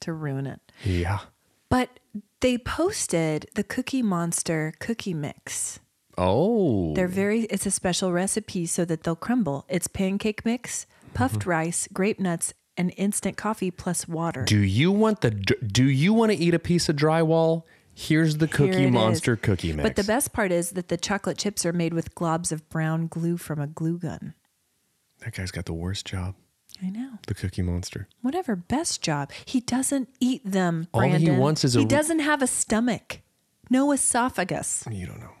to ruin it.
Yeah.
But they posted the Cookie Monster cookie mix.
Oh.
They're very it's a special recipe so that they'll crumble. It's pancake mix, puffed
Mm-hmm.
rice, grape nuts, and instant coffee plus water.
do you want the dr- do you want to eat a piece of drywall? Here's the
Here it
Cookie
is.
Monster cookie mix.
But the best part is that the chocolate chips are made with globs of brown glue from a glue gun.
that guy's got the worst job.
I know.
The Cookie Monster.
Whatever best job. He doesn't eat them.
All he
Brandon.
wants is a-
He doesn't have a stomach. No esophagus.
You don't know.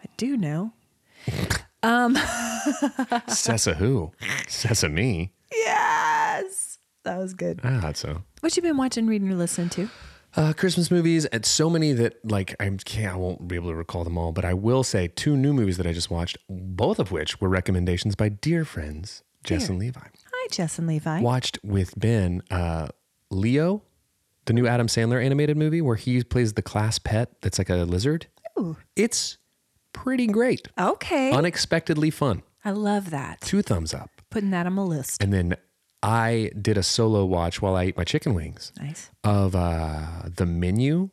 I do know.
Sessa who? Sesame. Ah,
Yes. That was good.
I thought so.
What you been watching, reading, or listening to?
Uh, Christmas movies and so many that like I can't I won't be able to recall them all, but I will say two new movies that I just watched, both of which were recommendations by dear friends Jess and Levi.
Hi, Jess and Levi.
watched with Ben uh, Leo, the new Adam Sandler animated movie where he plays the class pet that's like a lizard.
Ooh.
It's pretty great.
Okay.
Unexpectedly fun.
I love that.
Two thumbs up.
Putting that on my list.
And then I did a solo watch while I ate my chicken wings
Nice.
of uh, The Menu.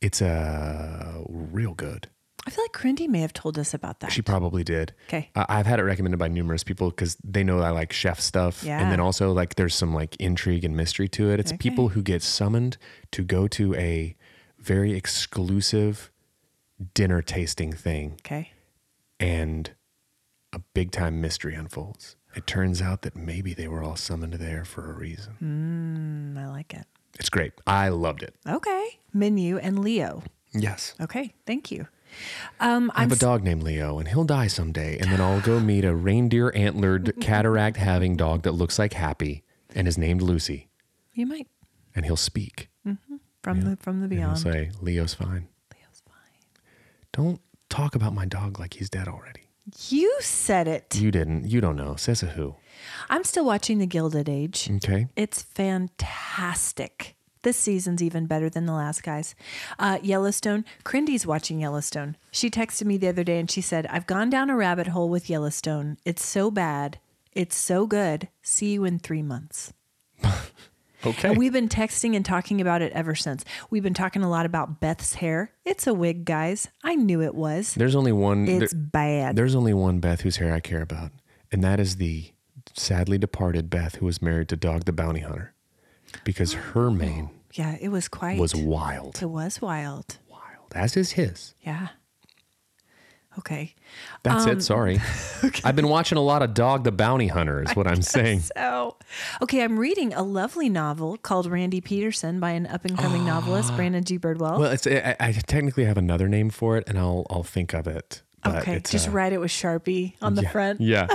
It's uh, real good.
I feel like Crindy may have told us about that.
She probably did.
'Kay.
Uh, I've had it recommended by numerous people because they know I like chef stuff.
Yeah.
And then also, like, there's some like intrigue and mystery to it. It's people who get summoned to go to a very exclusive dinner tasting thing,
okay.
and a big time mystery unfolds. It turns out that maybe they were all summoned there for a reason.
Mm, I like it.
It's great. I loved it.
Okay. Menu and Leo.
Yes.
Okay. Thank you. Um,
I
I'm
have a dog named Leo, and he'll die someday. And then I'll go meet a reindeer antlered, cataract having dog that looks like Happy and is named Lucy.
You might
And he'll speak.
from the from the
And he'll
beyond.
say, Leo's fine.
Leo's fine.
Don't talk about my dog like he's dead already.
You said it.
You didn't. You don't know. Says a who.
I'm still watching The Gilded Age.
Okay.
It's fantastic. This season's even better than the last, guys. Uh, Yellowstone. Crindy's watching Yellowstone. She texted me the other day and she said, "I've gone down a rabbit hole with Yellowstone. It's so bad. It's so good. See you in three months."
Okay.
And we've been texting and talking about it ever since. We've been talking a lot about Beth's hair. It's a wig, guys. I knew it was.
there's only one.
It's
there-
bad.
there's only one Beth whose hair I care about, and that is the sadly departed Beth who was married to Dog the Bounty Hunter, because her mane
yeah, it was quite.
was wild.
it was wild.
Wild. As is his.
Yeah. Okay.
That's
Um,
it. Sorry. I've been watching a lot of Dog the Bounty Hunter, is what I'm saying.
So, okay, I'm reading a lovely novel called Randy Peterson by an up and coming novelist, Brandon G. Birdwell.
Ah. Well, it's I, I technically have another name for it, and I'll I'll think of it. But
okay,
it's,
just
uh,
write it with Sharpie on the front.
yeah.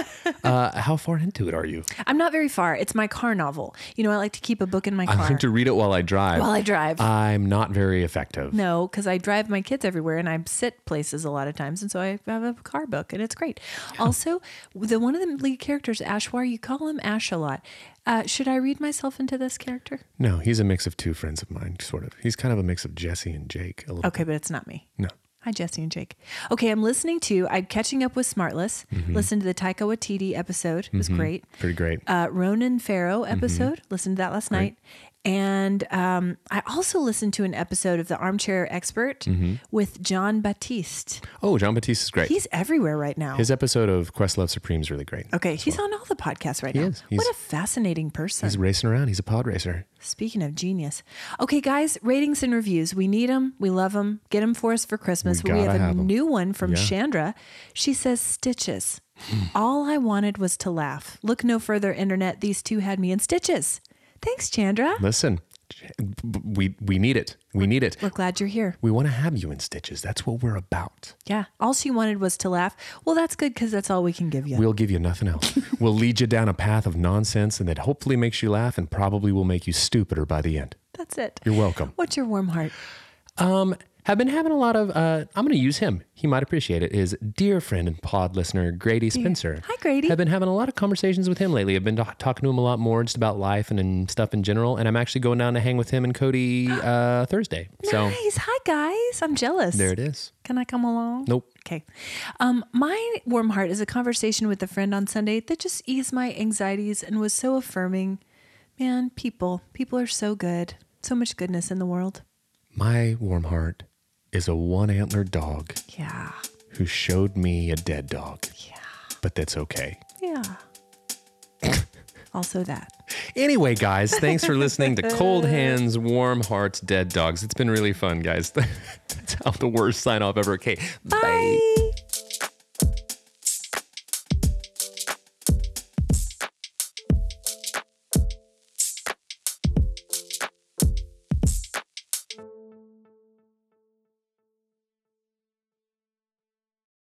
Uh, how far into it are you?
I'm not very far. It's my car novel. You know, I like to keep a book in my
I Uh,
car
like to read it while I drive.
while I drive.
I'm not very effective.
No, because I drive my kids everywhere and I sit places a lot of times, and so I have a car book, and it's great. Also, the one of the lead characters, Ashwar, you call him Ash a lot. Uh, should I read myself into this character?
No, he's a mix of two friends of mine, sort of. He's kind of a mix of Jesse and Jake. A little.
Okay, but it's not me.
No.
Hi, Jesse and Jake. Okay, I'm listening to. I'm catching up with Smartless.
Mm-hmm.
Listen to the Taika Waititi episode. It was great.
Pretty great.
Uh, Ronan Farrow
Mm-hmm.
episode. Listened to that last night. And um, I also listened to an episode of The Armchair Expert
Mm-hmm.
with John Baptiste.
oh, John Batiste is great.
He's everywhere right now.
His episode of Questlove Supreme is really great.
Okay, he's on all the podcasts right now.
is.
What
He's-
a fascinating person.
He's racing around. He's a pod racer.
Speaking of genius. Okay, guys, ratings and reviews. We need them. We love them. Get them for us for Christmas.
We
But we
gotta
have a
have 'em.
new one from
Yeah. Hmm.
Chandra. She says, Stitches. All I wanted was to laugh. Look no further, internet. These two had me in stitches. Thanks, Chandra.
Listen, b- we we need it. We need it.
We're glad you're here.
We want to have you in stitches. That's what we're about.
Yeah. All she wanted was to laugh. Well, that's good because that's all we can give you.
We'll give you nothing else. we'll lead you down a path of nonsense and that hopefully makes you laugh and probably will make you stupider by the end.
that's it.
You're welcome.
What's your warm heart?
Um, have been having a lot of, uh, I'm going to use him. He might appreciate it. Is dear friend and pod listener, Grady Spencer.
Hi, Grady.
I've been having a lot of conversations with him lately. I've been ta- talking to him a lot more just about life and, and stuff in general. And I'm actually going down to hang with him and Cody uh, Thursday. So
Nice. Hi, guys. I'm jealous.
there it is.
Can I come along?
Nope.
Okay. Um, my warm heart is a conversation with a friend on Sunday that just eased my anxieties and was so affirming. Man, people, people are so good. So much goodness in the world.
My warm heart is a one antlered dog
Yeah.
who showed me a dead dog. Yeah. But that's okay.
Yeah. also that.
Anyway, guys, thanks for listening to Cold Hands, Warm Hearts, Dead Dogs. It's been really fun, guys. That's how the worst sign off ever. Okay,
Bye.